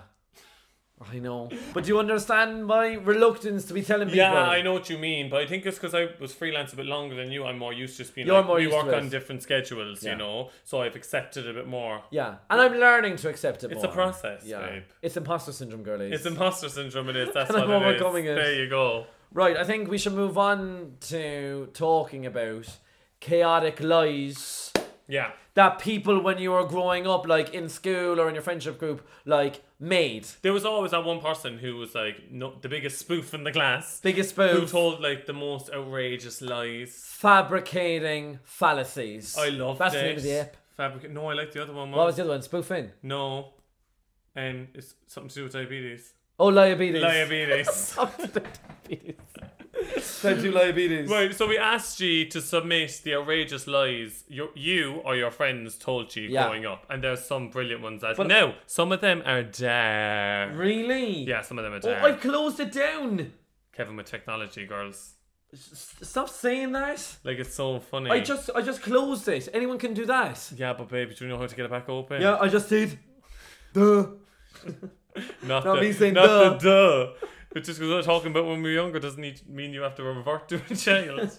[SPEAKER 2] I know. But do you understand my reluctance to be telling people?
[SPEAKER 1] Yeah, I know what you mean, but I think it's because I was freelance a bit longer than you. I'm more used to just being
[SPEAKER 2] You're
[SPEAKER 1] like
[SPEAKER 2] more
[SPEAKER 1] we
[SPEAKER 2] used to
[SPEAKER 1] work
[SPEAKER 2] it.
[SPEAKER 1] on different schedules,
[SPEAKER 2] Yeah.
[SPEAKER 1] you know. So I've accepted it a bit more.
[SPEAKER 2] Yeah. And I'm learning to accept it
[SPEAKER 1] It's
[SPEAKER 2] more.
[SPEAKER 1] a process,
[SPEAKER 2] Yeah.
[SPEAKER 1] babe.
[SPEAKER 2] It's imposter syndrome, girlies.
[SPEAKER 1] It's imposter syndrome. It is. That's
[SPEAKER 2] And
[SPEAKER 1] what
[SPEAKER 2] I'm
[SPEAKER 1] it is.
[SPEAKER 2] overcoming it.
[SPEAKER 1] There you go.
[SPEAKER 2] right, I think we should move on to talking about chaotic lies
[SPEAKER 1] Yeah.
[SPEAKER 2] that people, when you were growing up, like in school or in your friendship group, like made.
[SPEAKER 1] There was always that one person who was like no, the biggest spoof in the class,
[SPEAKER 2] Biggest
[SPEAKER 1] who
[SPEAKER 2] spoof.
[SPEAKER 1] told like the most outrageous lies.
[SPEAKER 2] fabricating fallacies.
[SPEAKER 1] I love
[SPEAKER 2] That's the name of the app.
[SPEAKER 1] Fabric. No, I like the other one. more.
[SPEAKER 2] What was the other one? Spoofing.
[SPEAKER 1] No, and it's something to do with diabetes.
[SPEAKER 2] Oh, liabilities.
[SPEAKER 1] Diabetes.
[SPEAKER 2] Type 2 liabilities.
[SPEAKER 1] Right, so we asked you to submit the outrageous lies you, you or your friends told you
[SPEAKER 2] Yeah.
[SPEAKER 1] growing up, and there's some brilliant ones. As
[SPEAKER 2] But-
[SPEAKER 1] no, some of them are dare.
[SPEAKER 2] Really?
[SPEAKER 1] Yeah, some of them are
[SPEAKER 2] Oh,
[SPEAKER 1] dare.
[SPEAKER 2] I closed it down.
[SPEAKER 1] Kevin with technology, girls,
[SPEAKER 2] S- Stop saying that.
[SPEAKER 1] like it's so funny.
[SPEAKER 2] I just, I just closed it. Anyone can do that.
[SPEAKER 1] yeah, but baby, do you know how to get it back open?
[SPEAKER 2] Yeah, I just did. Duh.
[SPEAKER 1] not,
[SPEAKER 2] not
[SPEAKER 1] the,
[SPEAKER 2] me saying
[SPEAKER 1] not the duh. It's just because we're talking about when we were younger doesn't need- mean you have to revert to a child.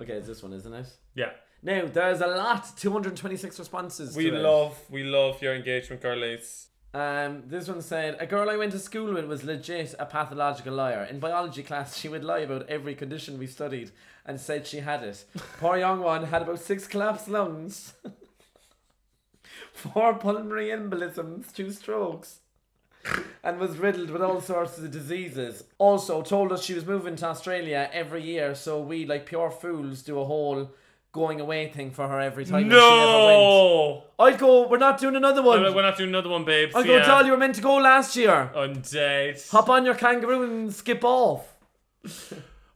[SPEAKER 2] Okay, it's this one, isn't it?
[SPEAKER 1] yeah,
[SPEAKER 2] Now there's a lot. 226 responses.
[SPEAKER 1] we
[SPEAKER 2] to it.
[SPEAKER 1] love we love your engagement, girlies.
[SPEAKER 2] Um, this one said a girl I went to school with was legit a pathological liar. In biology class, she would lie about every condition we studied and said she had it. Poor young one had about six collapsed lungs, four pulmonary embolisms, two strokes, and was riddled with all sorts of diseases. Also, told us she was moving to Australia every year, so we, like pure fools, do a whole going away thing for her every time she
[SPEAKER 1] No,
[SPEAKER 2] ever went. I'd go. We're not doing another one.
[SPEAKER 1] we're not doing another one, babe.
[SPEAKER 2] I
[SPEAKER 1] See
[SPEAKER 2] go,
[SPEAKER 1] ya.
[SPEAKER 2] Doll, you were meant to go last year.
[SPEAKER 1] Oh. Undead.
[SPEAKER 2] Hop on your kangaroo and skip off.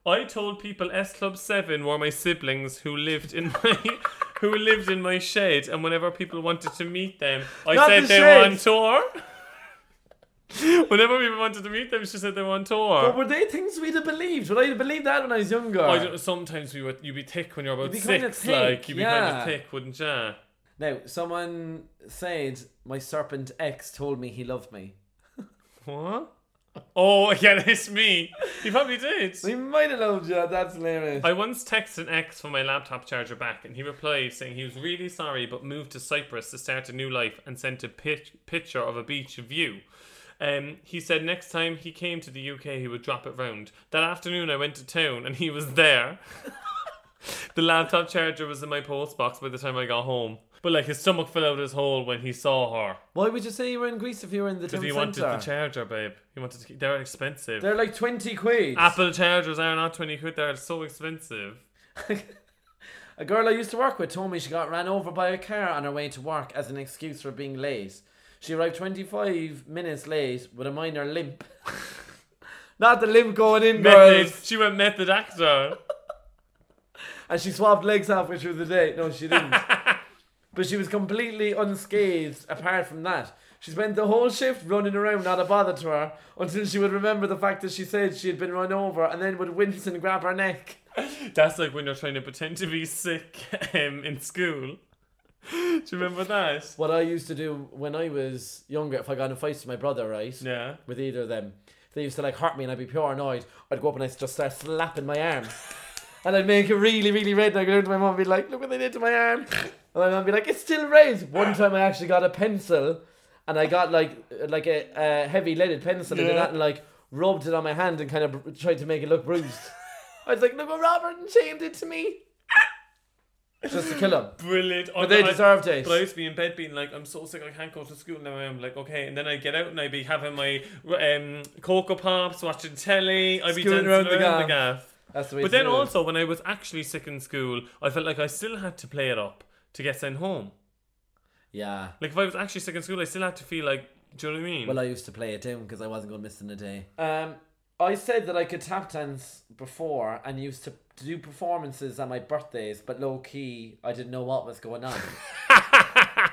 [SPEAKER 1] I told people S Club Seven were my siblings who lived in my who lived in my shed, and whenever people wanted to meet them, I
[SPEAKER 2] Not
[SPEAKER 1] said
[SPEAKER 2] the
[SPEAKER 1] they
[SPEAKER 2] shed.
[SPEAKER 1] were on tour. whenever people wanted to meet them, she said they were on
[SPEAKER 2] But
[SPEAKER 1] tour.
[SPEAKER 2] were they things we'd have believed? Would I have believed that when I was younger?
[SPEAKER 1] Uh. I don't- sometimes you were you'd be thick when you're about
[SPEAKER 2] You'd be kinda
[SPEAKER 1] six,
[SPEAKER 2] thick,
[SPEAKER 1] like you'd be kind
[SPEAKER 2] yeah.
[SPEAKER 1] of thick, wouldn't you?
[SPEAKER 2] Now, someone said my serpent ex told me he loved me.
[SPEAKER 1] What? Oh yeah, that's me. You probably did.
[SPEAKER 2] He might have loved you. That's hilarious.
[SPEAKER 1] I once texted an ex for my laptop charger back, and he replied saying he was really sorry but moved to Cyprus to start a new life and sent a pic- picture of a beach view. Um, he said next time he came to the UK, he would drop it round. That afternoon, I went to town and he was there. the laptop charger was in my post box by the time I got home. But like his stomach fell out of his hole when he saw her
[SPEAKER 2] Why would you say you were in Greece if you were in the town
[SPEAKER 1] because he
[SPEAKER 2] centre?
[SPEAKER 1] wanted the charger, babe. He wanted to keep, they're expensive.
[SPEAKER 2] They're like twenty quid.
[SPEAKER 1] Apple chargers are not twenty quid. They're so expensive.
[SPEAKER 2] A girl I used to work with told me she got ran over by a car on her way to work as an excuse for being late. She arrived 25 minutes late with a minor limp. Not the limp going in,
[SPEAKER 1] Method,
[SPEAKER 2] girls.
[SPEAKER 1] she went method actor.
[SPEAKER 2] And she swapped legs halfway through the day. No, she didn't. but she was completely unscathed apart from that. She spent the whole shift running around, not a bother to her, until she would remember the fact that she said she had been run over and then would wince and grab her neck.
[SPEAKER 1] That's like when you're trying to pretend to be sick um, in school. Do you remember that?
[SPEAKER 2] What I used to do when I was younger, if I got in fights with my brother, right?
[SPEAKER 1] Yeah.
[SPEAKER 2] with either of them. They used to like hurt me and I'd be pure annoyed. I'd go up and I'd just start slapping my arm. and I'd make it really, really red. And I'd go down to my mum and be like, look what they did to my arm. And my mum would be like, it's still red. One time I actually got a pencil and I got like like a, a heavy leaded pencil and did that and like rubbed it on my hand and kind of br- tried to make it look bruised. I was like, look what Robert and Shane did to me. Just to kill him.
[SPEAKER 1] Brilliant. But
[SPEAKER 2] they deserved it.
[SPEAKER 1] But I used to be in bed being like, I'm so sick, I can't go to school now. I'm like, okay. And then I get out and I'd be having my um, Cocoa Pops, watching telly. I'd be
[SPEAKER 2] Scooting
[SPEAKER 1] dancing
[SPEAKER 2] around
[SPEAKER 1] around,
[SPEAKER 2] the
[SPEAKER 1] the gaff.
[SPEAKER 2] That's the way
[SPEAKER 1] But
[SPEAKER 2] to
[SPEAKER 1] then
[SPEAKER 2] do it.
[SPEAKER 1] also, when I was actually sick in school, I felt like I still had to play it up to get sent home.
[SPEAKER 2] Yeah.
[SPEAKER 1] Like, if I was actually sick in school, I still had to feel like, do you know what I mean?
[SPEAKER 2] Well, I used to play it down because I wasn't going missing a day. Um, I said that I could tap dance before and used to do performances on my birthdays, but low key, I didn't know what was going on.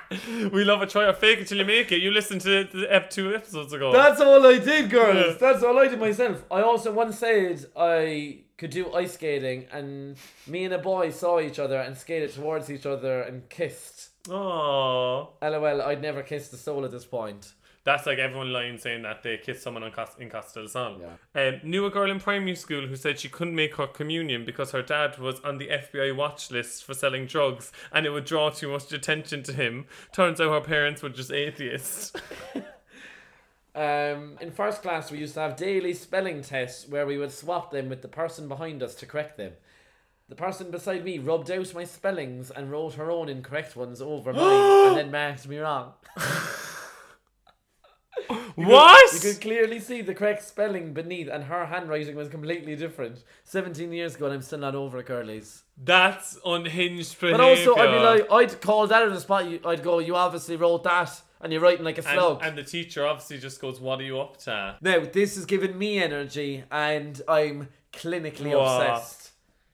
[SPEAKER 1] we love a try or fake it till you make it. You listened to the ep- two episodes ago.
[SPEAKER 2] That's all I did, girls.
[SPEAKER 1] Yeah.
[SPEAKER 2] That's all I did myself. I also once said I could do ice skating, and me and a boy saw each other and skated towards each other and kissed.
[SPEAKER 1] Aww.
[SPEAKER 2] LOL, I'd never kissed a soul at this point.
[SPEAKER 1] That's like everyone lying saying that they kissed someone on Cost- in Costa del Sol. Um, knew a girl in primary school who said she couldn't make her communion because her dad was on the FBI watch list for selling drugs and it would draw too much attention to him. Turns out her parents were just atheists.
[SPEAKER 2] Um, in first class, we used to have daily spelling tests where we would swap them with the person behind us to correct them. The person beside me rubbed out my spellings and wrote her own incorrect ones over mine and then marked me wrong.
[SPEAKER 1] what?
[SPEAKER 2] You could clearly see the correct spelling beneath, and her handwriting was completely different. 17 years ago, and I'm still not over it, girlies.
[SPEAKER 1] That's unhinged behavior.
[SPEAKER 2] But also, I'd be like, I'd call that on the spot. You, I'd go, You obviously wrote that, and you're writing like a slug.
[SPEAKER 1] and, and the teacher obviously just goes, "What are you up to?"
[SPEAKER 2] Now, this has given me energy, and I'm clinically
[SPEAKER 1] Wow.
[SPEAKER 2] obsessed.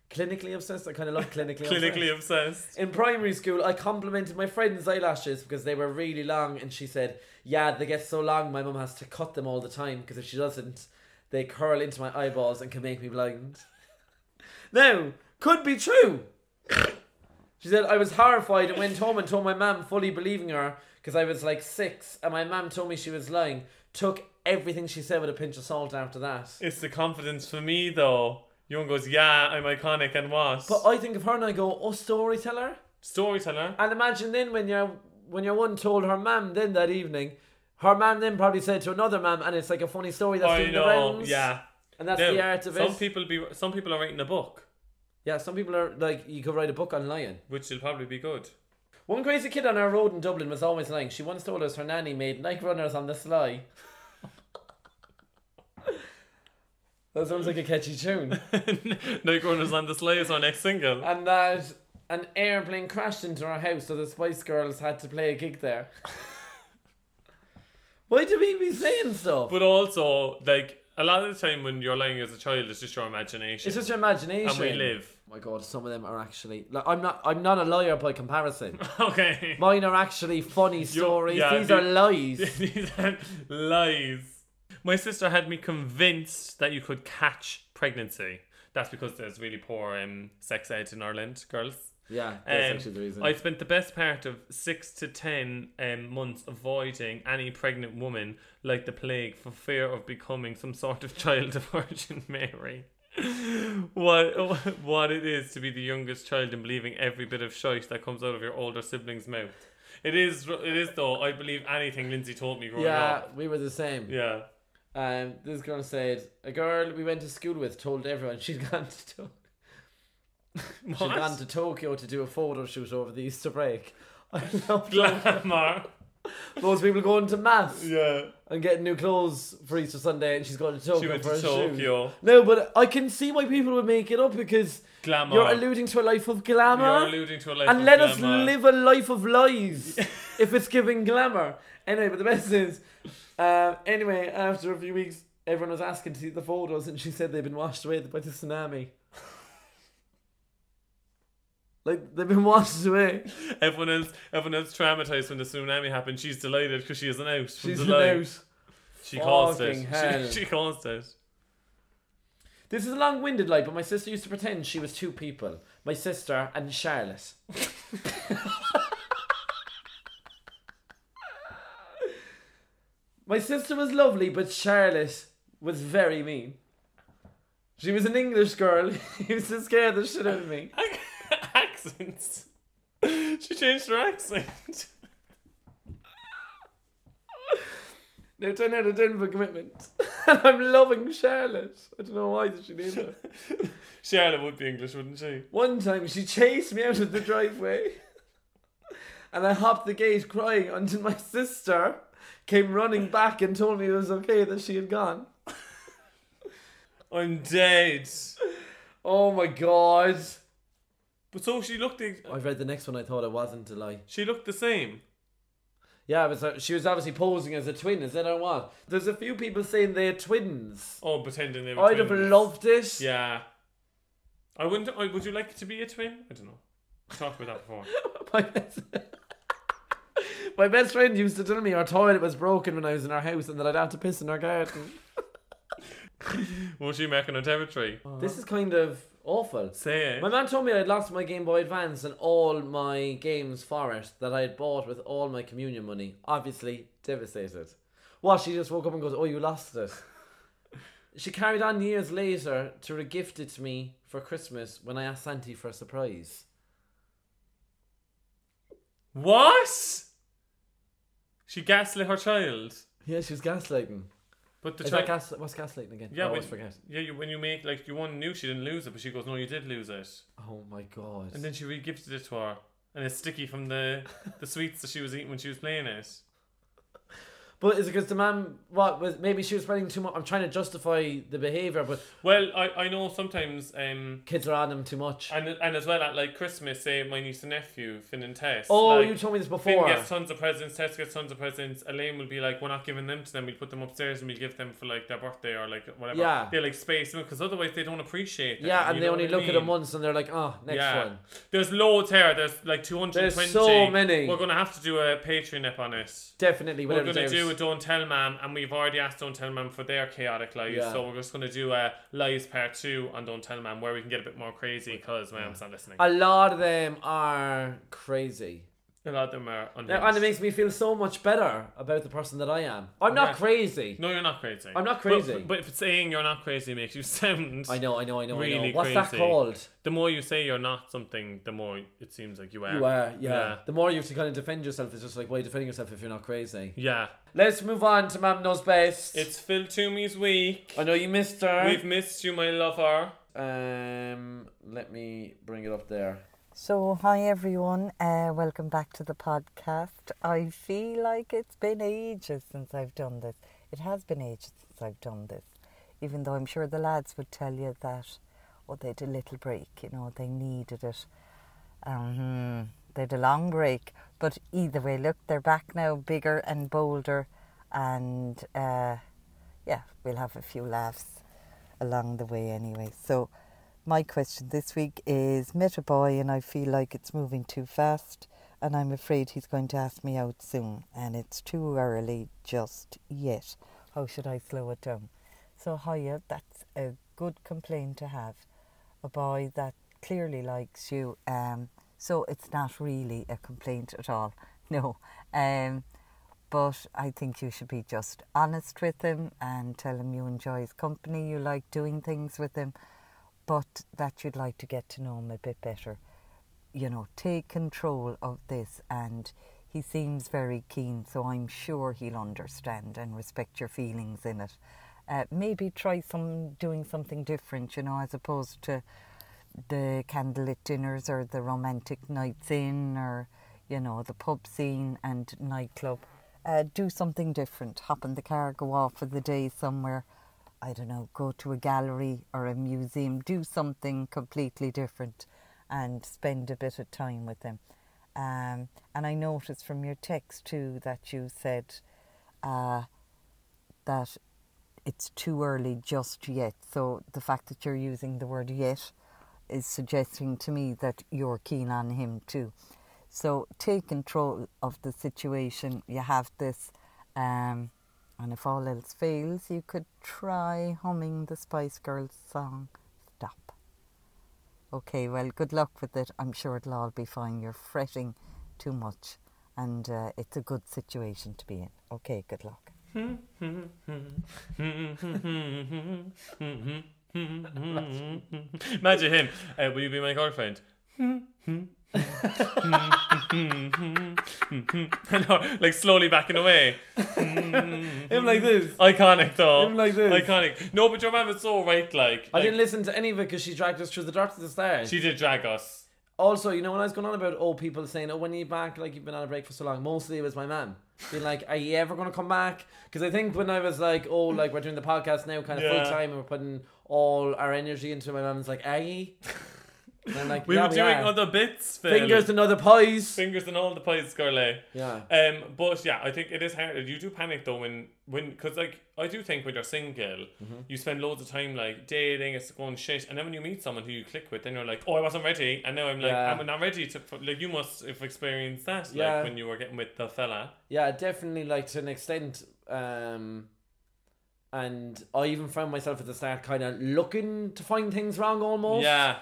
[SPEAKER 2] Clinically obsessed? I kind of love clinically,
[SPEAKER 1] Clinically
[SPEAKER 2] obsessed.
[SPEAKER 1] obsessed.
[SPEAKER 2] In primary school, I complimented my friend's eyelashes because they were really long, and she said, Yeah, they get so long, my mum has to cut them all the time because if she doesn't, they curl into my eyeballs and can make me blind. now, could be true. She said, I was horrified and went home and told my mum, fully believing her, because I was like six, and my mum told me she was lying. Took everything she said with a pinch of salt after that.
[SPEAKER 1] It's the confidence for me though. Young goes, yeah, I'm iconic and what?
[SPEAKER 2] But uh, I think of her and I go, oh, storyteller.
[SPEAKER 1] Storyteller.
[SPEAKER 2] And imagine then when your when your one told her mum then that evening, her mum then probably said to another mum, and it's like a funny story that's
[SPEAKER 1] I
[SPEAKER 2] doing the
[SPEAKER 1] know.
[SPEAKER 2] rounds.
[SPEAKER 1] Yeah.
[SPEAKER 2] and that's
[SPEAKER 1] Now,
[SPEAKER 2] the art of
[SPEAKER 1] some
[SPEAKER 2] it.
[SPEAKER 1] people be some people are writing a book,
[SPEAKER 2] yeah, some people are like, you could write a book on lying.
[SPEAKER 1] which will probably be good.
[SPEAKER 2] One crazy kid on our road in Dublin was always lying. She once told us her nanny made night runners on the sly. that sounds like a catchy tune.
[SPEAKER 1] Night Runners on the Sleigh is our next single.
[SPEAKER 2] and that an airplane crashed into our house, so the Spice Girls had to play a gig there. Why do we be saying stuff?
[SPEAKER 1] But also, like a lot of the time when you're lying as a child, it's just your imagination.
[SPEAKER 2] it's just your imagination.
[SPEAKER 1] and we live.
[SPEAKER 2] Oh my God, some of them are actually. Like, I'm not. I'm not a liar by comparison.
[SPEAKER 1] Okay.
[SPEAKER 2] Mine are actually funny stories.
[SPEAKER 1] yeah,
[SPEAKER 2] These
[SPEAKER 1] the-
[SPEAKER 2] are lies.
[SPEAKER 1] These are lies. My sister had me convinced that you could catch pregnancy. That's because there's really poor um, sex ed in Ireland, girls.
[SPEAKER 2] yeah, that's
[SPEAKER 1] Um,
[SPEAKER 2] actually the reason.
[SPEAKER 1] I spent the best part of six to ten um, months avoiding any pregnant woman like the plague for fear of becoming some sort of child of Virgin Mary. what what it is to be the youngest child and believing every bit of shite that comes out of your older sibling's mouth. It is it is though. I believe anything Lindsay told me growing
[SPEAKER 2] yeah,
[SPEAKER 1] up.
[SPEAKER 2] we were the same.
[SPEAKER 1] Yeah.
[SPEAKER 2] Um, this girl said a girl we went to school with told everyone she'd gone to Tokyo. She'd
[SPEAKER 1] What?
[SPEAKER 2] gone to Tokyo to do a photo shoot over the Easter break. I love
[SPEAKER 1] Glamour.
[SPEAKER 2] those people going to mass
[SPEAKER 1] Yeah.
[SPEAKER 2] and getting new clothes for Easter Sunday, and she's going to Tokyo
[SPEAKER 1] She went
[SPEAKER 2] for
[SPEAKER 1] to
[SPEAKER 2] a shoot.
[SPEAKER 1] Tokyo.
[SPEAKER 2] No, but I can see why people would make it up because
[SPEAKER 1] Glamour.
[SPEAKER 2] you're alluding to a life of glamour.
[SPEAKER 1] You're alluding to a life
[SPEAKER 2] and
[SPEAKER 1] of
[SPEAKER 2] let us
[SPEAKER 1] glamour.
[SPEAKER 2] live a life of lies if it's giving glamour. Anyway, but the best is, uh, anyway, after a few weeks, everyone was asking to see the photos, and she said they've been washed away by the tsunami. like they've been washed away.
[SPEAKER 1] Everyone else, everyone else traumatized when the tsunami happened. She's delighted because she isn't out. From
[SPEAKER 2] She's
[SPEAKER 1] the
[SPEAKER 2] an
[SPEAKER 1] light.
[SPEAKER 2] out.
[SPEAKER 1] She caused
[SPEAKER 2] Fucking
[SPEAKER 1] it.
[SPEAKER 2] hell.
[SPEAKER 1] She, she caused it.
[SPEAKER 2] This is a long-winded lie, but my sister used to pretend she was two people: my sister and Charlotte. my sister was lovely, but Charlotte was very mean. She was an English girl. who used to scare the shit out of me.
[SPEAKER 1] Accents. She changed her accent.
[SPEAKER 2] Now ten out of ten for commitment, and I'm loving Charlotte. I don't know why that she named her.
[SPEAKER 1] Charlotte would be English, wouldn't she?
[SPEAKER 2] One time she chased me out of the driveway and I hopped the gate crying until my sister came running back and told me it was okay that she had gone.
[SPEAKER 1] I'm dead.
[SPEAKER 2] Oh my god.
[SPEAKER 1] But so she looked. ex-
[SPEAKER 2] I read the next one, I thought it wasn't a lie.
[SPEAKER 1] She looked the same.
[SPEAKER 2] Yeah, but so- she was obviously posing as a twin, is that or what? There's a few people saying they're twins.
[SPEAKER 1] Oh, pretending they were.
[SPEAKER 2] I'd have
[SPEAKER 1] twins.
[SPEAKER 2] loved it.
[SPEAKER 1] Yeah. I wouldn't. I, would you like to be a twin? I don't know. We talked about that before.
[SPEAKER 2] My best, my best friend used to tell me our toilet was broken when I was in our house and that I'd have to piss in our garden.
[SPEAKER 1] Was she making her territory?
[SPEAKER 2] This is kind of awful.
[SPEAKER 1] Uh-huh. Say it.
[SPEAKER 2] My man told me I'd lost my Game Boy Advance and all my games for it that I had bought with all my communion money. Obviously devastated. What? She just woke up and goes, "Oh, you lost it." she carried on years later to regift it to me for Christmas when I asked Santi for a surprise.
[SPEAKER 1] What? She gaslit her child.
[SPEAKER 2] Yeah, she was gaslighting.
[SPEAKER 1] But the
[SPEAKER 2] Is
[SPEAKER 1] child.
[SPEAKER 2] that Oh, gas- what's gaslighting again?
[SPEAKER 1] yeah,
[SPEAKER 2] I
[SPEAKER 1] when,
[SPEAKER 2] always forget.
[SPEAKER 1] yeah. You, when you make like you one knew she didn't lose it, but she goes, "No, you did lose it,"
[SPEAKER 2] Oh my god.
[SPEAKER 1] and then she regifted it to her, and it's sticky from the the sweets that she was eating when she was playing it.
[SPEAKER 2] but is it because the man? What was maybe she was spending too much? I'm trying to justify the behavior, but
[SPEAKER 1] Well, I I know sometimes um.
[SPEAKER 2] kids are on them too much.
[SPEAKER 1] And, and as well at like Christmas, say my niece and nephew, Finn and Tess.
[SPEAKER 2] Oh,
[SPEAKER 1] like,
[SPEAKER 2] you told me this
[SPEAKER 1] Finn
[SPEAKER 2] before.
[SPEAKER 1] gets tons of presents, Tess gets tons of presents. Elaine will be like, we're not giving them to them. We'll put them upstairs and we'll give them for like their birthday or like whatever.
[SPEAKER 2] Yeah.
[SPEAKER 1] They like space them because otherwise they don't appreciate them.
[SPEAKER 2] Yeah,
[SPEAKER 1] you
[SPEAKER 2] and they
[SPEAKER 1] know
[SPEAKER 2] only
[SPEAKER 1] what I
[SPEAKER 2] look at
[SPEAKER 1] mean?
[SPEAKER 2] them once and they're like, oh, next
[SPEAKER 1] yeah.
[SPEAKER 2] one.
[SPEAKER 1] There's loads here. There's like 220.
[SPEAKER 2] There's so many.
[SPEAKER 1] We're going to have to do a Patreon ep on it.
[SPEAKER 2] Definitely,
[SPEAKER 1] We're
[SPEAKER 2] whatever
[SPEAKER 1] going to
[SPEAKER 2] it
[SPEAKER 1] do a
[SPEAKER 2] is.
[SPEAKER 1] Don't Tell Mam, and we've already asked Don't Tell Mam for their chaotic lies.
[SPEAKER 2] Yeah.
[SPEAKER 1] So we're just going to do a Lies Part 2 on Don't Tell Mam where we can get a bit more crazy because Mam's not listening.
[SPEAKER 2] A lot of them are crazy.
[SPEAKER 1] A lot of them are unhinged.
[SPEAKER 2] Now, and it makes me feel so much better about the person that I am. I'm not
[SPEAKER 1] Okay.
[SPEAKER 2] crazy.
[SPEAKER 1] no, you're not crazy.
[SPEAKER 2] I'm not crazy.
[SPEAKER 1] But, but if saying you're not crazy makes you sound.
[SPEAKER 2] I know, I know, I know, I
[SPEAKER 1] Really
[SPEAKER 2] know. What's that
[SPEAKER 1] crazy.
[SPEAKER 2] called?
[SPEAKER 1] The more you say you're not something, the more it seems like you are.
[SPEAKER 2] You are, yeah.
[SPEAKER 1] Yeah.
[SPEAKER 2] The more you have to kind of defend yourself, it's just like, why are you defending yourself if you're not crazy?
[SPEAKER 1] Yeah.
[SPEAKER 2] Let's move on to Mam Knows Best.
[SPEAKER 1] It's Phil Toomey's week.
[SPEAKER 2] I know you missed her.
[SPEAKER 1] We've missed you, my lover.
[SPEAKER 2] um, let me bring it up there.
[SPEAKER 8] So, hi everyone, uh, welcome back to the podcast. I feel like it's been ages since I've done this. It has been ages since I've done this, even though I'm sure the lads would tell you that, oh, they had a little break, you know, they needed it. Um, they had a long break, but either way, look, they're back now, bigger and bolder, and uh, yeah, we'll have a few laughs along the way anyway. So, my question this week is met a boy and I feel like it's moving too fast and I'm afraid he's going to ask me out soon and it's too early just yet. How should I slow it down? So hiya, that's a good complaint to have. A boy that clearly likes you, um so it's not really a complaint at all. No. Um but I think you should be just honest with him and tell him you enjoy his company, you like doing things with him, but that you'd like to get to know him a bit better. You know, take control of this, and he seems very keen, so I'm sure he'll understand and respect your feelings in it. Uh, maybe try some doing something different, you know, as opposed to the candlelit dinners or the romantic nights in or you know, the pub scene and nightclub. Uh, do something different. Hop in the car, go off for the day somewhere. I don't know, go to a gallery or a museum. Do something completely different and spend a bit of time with them. Um, and I noticed from your text too that you said uh, that it's too early just yet. So the fact that you're using the word yet is suggesting to me that you're keen on him too. So take control of the situation. You have this, um, and if all else fails, you could try humming the Spice Girls song. Stop. Okay, well, good luck with it. I'm sure it'll all be fine. You're fretting too much, and uh, it's a good situation to be in. Okay, good luck.
[SPEAKER 1] Imagine him. Uh, will you be my girlfriend? no, like slowly backing away.
[SPEAKER 2] Him like this.
[SPEAKER 1] Iconic though.
[SPEAKER 2] Him like this.
[SPEAKER 1] Iconic. No, but your mum is so right. Like,
[SPEAKER 2] I
[SPEAKER 1] like,
[SPEAKER 2] didn't listen to any of it because she dragged us through the dirt to the start.
[SPEAKER 1] She did drag us.
[SPEAKER 2] also, you know, when I was going on about old people saying, "Oh, when are you back? Like you've been on a break for so long." Mostly it was my mum being like, "Are you ever going to come back?" Because I think when I was like, "Oh, like we're doing the podcast now, kind of
[SPEAKER 1] Yeah.
[SPEAKER 2] full time, and we're putting all our energy into," it, my mum's like, "Are you?" And I'm like,
[SPEAKER 1] We
[SPEAKER 2] "Yeah,
[SPEAKER 1] were doing
[SPEAKER 2] are.
[SPEAKER 1] other bits. Phil.
[SPEAKER 2] fingers and other pies."
[SPEAKER 1] fingers and all the pies, Scarlet.
[SPEAKER 2] Yeah.
[SPEAKER 1] Um, but yeah, I think it is hard. You do panic though when when because like I do think when you're single,
[SPEAKER 2] Mm-hmm.
[SPEAKER 1] you spend loads of time like dating, it's going shit, and then when you meet someone who you click with, then you're like, oh, I wasn't ready, and now I'm like,
[SPEAKER 2] Yeah.
[SPEAKER 1] I'm not ready to f- like. You must have experienced that like
[SPEAKER 2] Yeah.
[SPEAKER 1] when you were getting with the fella.
[SPEAKER 2] yeah definitely like to an extent um and i even found myself at the start kind of looking to find things wrong almost
[SPEAKER 1] Yeah,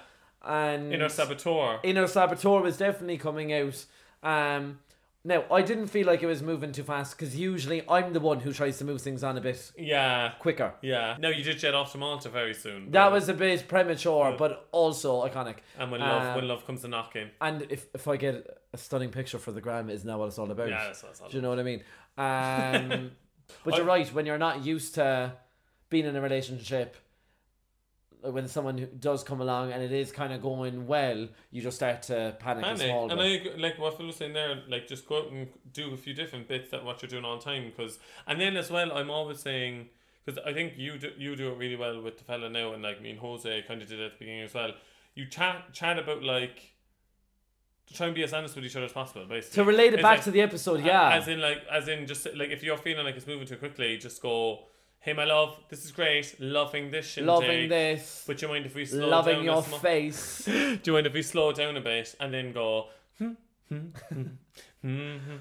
[SPEAKER 2] and
[SPEAKER 1] inner saboteur.
[SPEAKER 2] inner saboteur was definitely coming out um now i didn't feel like it was moving too fast because usually i'm the one who tries to move things on a bit
[SPEAKER 1] yeah,
[SPEAKER 2] quicker
[SPEAKER 1] yeah. No, you did jet off to Malta very soon.
[SPEAKER 2] that
[SPEAKER 1] but-
[SPEAKER 2] was a bit premature but also iconic
[SPEAKER 1] and when love
[SPEAKER 2] Um,
[SPEAKER 1] when love comes a knocking.
[SPEAKER 2] and if, if I get a stunning picture for the gram, isn't that what it's all about?
[SPEAKER 1] Yeah, that's what it's all
[SPEAKER 2] Do you know what I mean? Um, but you're right. When you're not used to being in a relationship, when someone who does come along and it is kind of going well, you just start to panic, a small
[SPEAKER 1] Panic. And I,
[SPEAKER 2] bit.
[SPEAKER 1] ag- like what Phil was saying there, like just go out and do a few different bits that what you're doing all the time. Cause, and then as well, I'm always saying, because I think you do, you do it really well with the fella now, and like me and Jose kind of did it at the beginning as well. You chat chat about like to try and be as honest with each other as possible, basically.
[SPEAKER 2] to relate it
[SPEAKER 1] It's
[SPEAKER 2] back
[SPEAKER 1] like-
[SPEAKER 2] to the episode,
[SPEAKER 1] a-
[SPEAKER 2] yeah,
[SPEAKER 1] As in, like, as in, just like if you're feeling like it's moving too quickly, just go. Hey, my love, this is great. Loving this shit.
[SPEAKER 2] loving this,
[SPEAKER 1] But you mind if we slow
[SPEAKER 2] loving
[SPEAKER 1] down
[SPEAKER 2] your
[SPEAKER 1] a sm-
[SPEAKER 2] face.
[SPEAKER 1] do you mind if we slow down a bit and then go?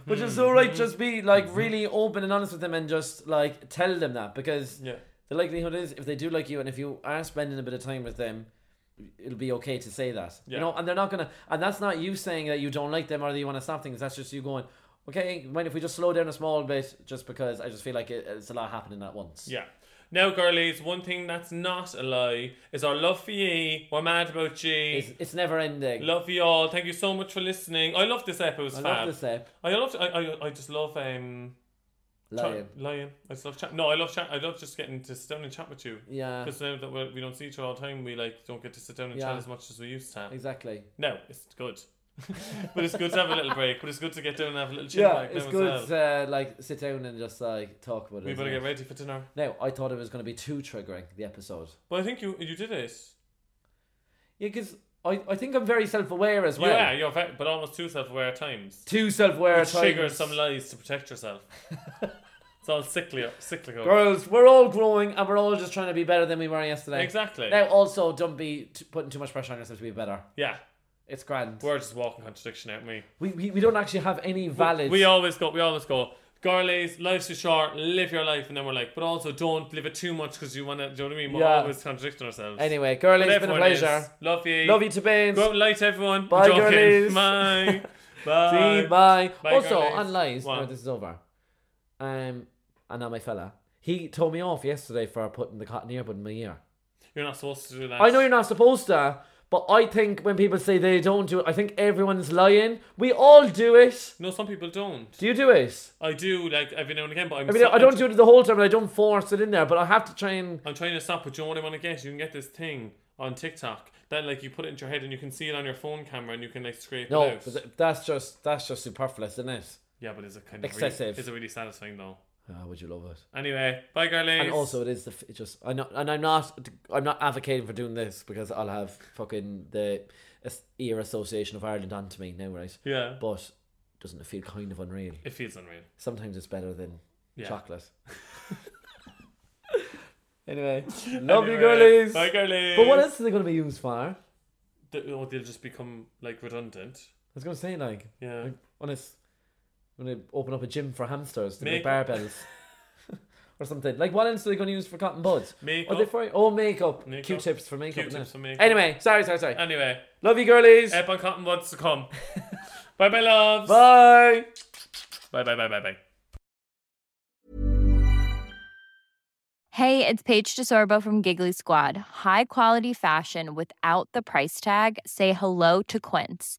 [SPEAKER 2] Which is all
[SPEAKER 1] Mm.
[SPEAKER 2] right. Just be like really open and honest with them, and just like tell them that because
[SPEAKER 1] Yeah.
[SPEAKER 2] the likelihood is if they do like you, and if you are spending a bit of time with them, it'll be okay to say that.
[SPEAKER 1] Yeah.
[SPEAKER 2] You know, and they're not gonna. And that's not you saying that you don't like them or that you want to stop things. That's just you going. Okay, mind if we just slow down a small bit, just because I just feel like it, it's a lot happening at once.
[SPEAKER 1] Yeah. Now, girlies, one thing that's not a lie is our love for ye. We're mad about ye.
[SPEAKER 2] it's, it's never ending.
[SPEAKER 1] love you all. Thank you so much for listening. I love this episode. It was
[SPEAKER 2] I
[SPEAKER 1] fab.
[SPEAKER 2] love this app.
[SPEAKER 1] I love. I, I, I just love um. chat-
[SPEAKER 2] Lion.
[SPEAKER 1] Lion. I just love chat. No, I love chat. I love just getting to sit down and chat with you.
[SPEAKER 2] Yeah.
[SPEAKER 1] Because now that we're, we don't see each other all the time, we like don't get to sit down and
[SPEAKER 2] Yeah.
[SPEAKER 1] chat as much as we used to.
[SPEAKER 2] Exactly.
[SPEAKER 1] No, it's good. but it's good to have a little break. But it's good to get down and have a little chill
[SPEAKER 2] Yeah,
[SPEAKER 1] back
[SPEAKER 2] it's
[SPEAKER 1] now as
[SPEAKER 2] good
[SPEAKER 1] well.
[SPEAKER 2] to uh, like sit down and just like talk about it.
[SPEAKER 1] we
[SPEAKER 2] as
[SPEAKER 1] better
[SPEAKER 2] well.
[SPEAKER 1] get ready for dinner.
[SPEAKER 2] Now, I thought it was going to be too triggering the episode.
[SPEAKER 1] But I think you you did it.
[SPEAKER 2] Yeah, because I, I think I'm very self aware as well.
[SPEAKER 1] yeah, you're very, but almost too self-aware at times.
[SPEAKER 2] Too self aware.
[SPEAKER 1] Which triggers some lies to protect yourself. it's all cyclical. cyclical.
[SPEAKER 2] Girls, we're all growing and we're all just trying to be better than we were yesterday.
[SPEAKER 1] Exactly.
[SPEAKER 2] Now, also, don't be t- putting too much pressure on yourself to be better.
[SPEAKER 1] Yeah,
[SPEAKER 2] It's grand.
[SPEAKER 1] we're just walking contradiction, aren't we?
[SPEAKER 2] We, we, we don't actually have any valid.
[SPEAKER 1] We always go. We always go. Girlies, life's too short. Live your life, and then we're like, but also don't live it too much because you want to. Do you know what I mean? We're
[SPEAKER 2] Yeah.
[SPEAKER 1] always contradicting ourselves.
[SPEAKER 2] Anyway, girlies,
[SPEAKER 1] But
[SPEAKER 2] it's been a
[SPEAKER 1] everyone is.
[SPEAKER 2] pleasure.
[SPEAKER 1] Love you.
[SPEAKER 2] Love you to bins.
[SPEAKER 1] Go out and light everyone. I'm
[SPEAKER 2] Bye,
[SPEAKER 1] joking.
[SPEAKER 2] girlies.
[SPEAKER 1] Bye.
[SPEAKER 2] See,
[SPEAKER 1] Bye.
[SPEAKER 2] bye.
[SPEAKER 1] Bye,
[SPEAKER 2] also,
[SPEAKER 1] girlies.
[SPEAKER 2] on lies,
[SPEAKER 1] What?
[SPEAKER 2] no, this is over. Um, and now my fella, he told me off yesterday for putting the cotton earbud in my ear.
[SPEAKER 1] You're not supposed to do that.
[SPEAKER 2] I know you're not supposed to, but I think when people say they don't do it, I think everyone's lying. We all do it.
[SPEAKER 1] No, some people don't.
[SPEAKER 2] Do you do it?
[SPEAKER 1] I do like every now and again, but I'm
[SPEAKER 2] I mean,
[SPEAKER 1] so-
[SPEAKER 2] I don't do it the whole time, and I don't force it in there, but I have to try and.
[SPEAKER 1] I'm trying to stop, but you know what I want to get? You can get this thing on TikTok that like you put it into your head and you can see it on your phone camera and you can like scrape it
[SPEAKER 2] No,
[SPEAKER 1] out.
[SPEAKER 2] but th- that's just that's just superfluous, isn't it?
[SPEAKER 1] yeah, but is it kind of
[SPEAKER 2] Excessive.
[SPEAKER 1] Really, is it really satisfying though?
[SPEAKER 2] Ah, would you love it?
[SPEAKER 1] Anyway, bye, girlies.
[SPEAKER 2] And also, it is the f- it just I know, and I'm not I'm not advocating for doing this because I'll have fucking the as- ear association of Ireland onto me now, right?
[SPEAKER 1] Yeah.
[SPEAKER 2] But doesn't it feel kind of unreal?
[SPEAKER 1] it feels unreal.
[SPEAKER 2] Sometimes it's better than
[SPEAKER 1] Yeah.
[SPEAKER 2] chocolate. anyway, love
[SPEAKER 1] Anyway,
[SPEAKER 2] you, girlies.
[SPEAKER 1] Bye, girlies.
[SPEAKER 2] But what else are they going to be used for?
[SPEAKER 1] They, oh, they'll just become like redundant.
[SPEAKER 2] I was going to say like
[SPEAKER 1] Yeah.
[SPEAKER 2] like, when it's when they open up a gym for hamsters to make
[SPEAKER 1] Make-
[SPEAKER 2] barbells. Or something like what else are they going to use for cotton buds?
[SPEAKER 1] Makeup.
[SPEAKER 2] Are they for oh makeup,
[SPEAKER 1] Makeup.
[SPEAKER 2] Q-tips for makeup.
[SPEAKER 1] Q-tips
[SPEAKER 2] innit?
[SPEAKER 1] for makeup.
[SPEAKER 2] Anyway, sorry, sorry, sorry.
[SPEAKER 1] Anyway,
[SPEAKER 2] Love you, girlies.
[SPEAKER 1] up on cotton buds to come. bye, bye, loves.
[SPEAKER 2] Bye.
[SPEAKER 1] Bye, bye, bye, bye, bye.
[SPEAKER 9] Hey, it's Paige DeSorbo from Giggly Squad. High quality fashion without the price tag. Say hello to Quince.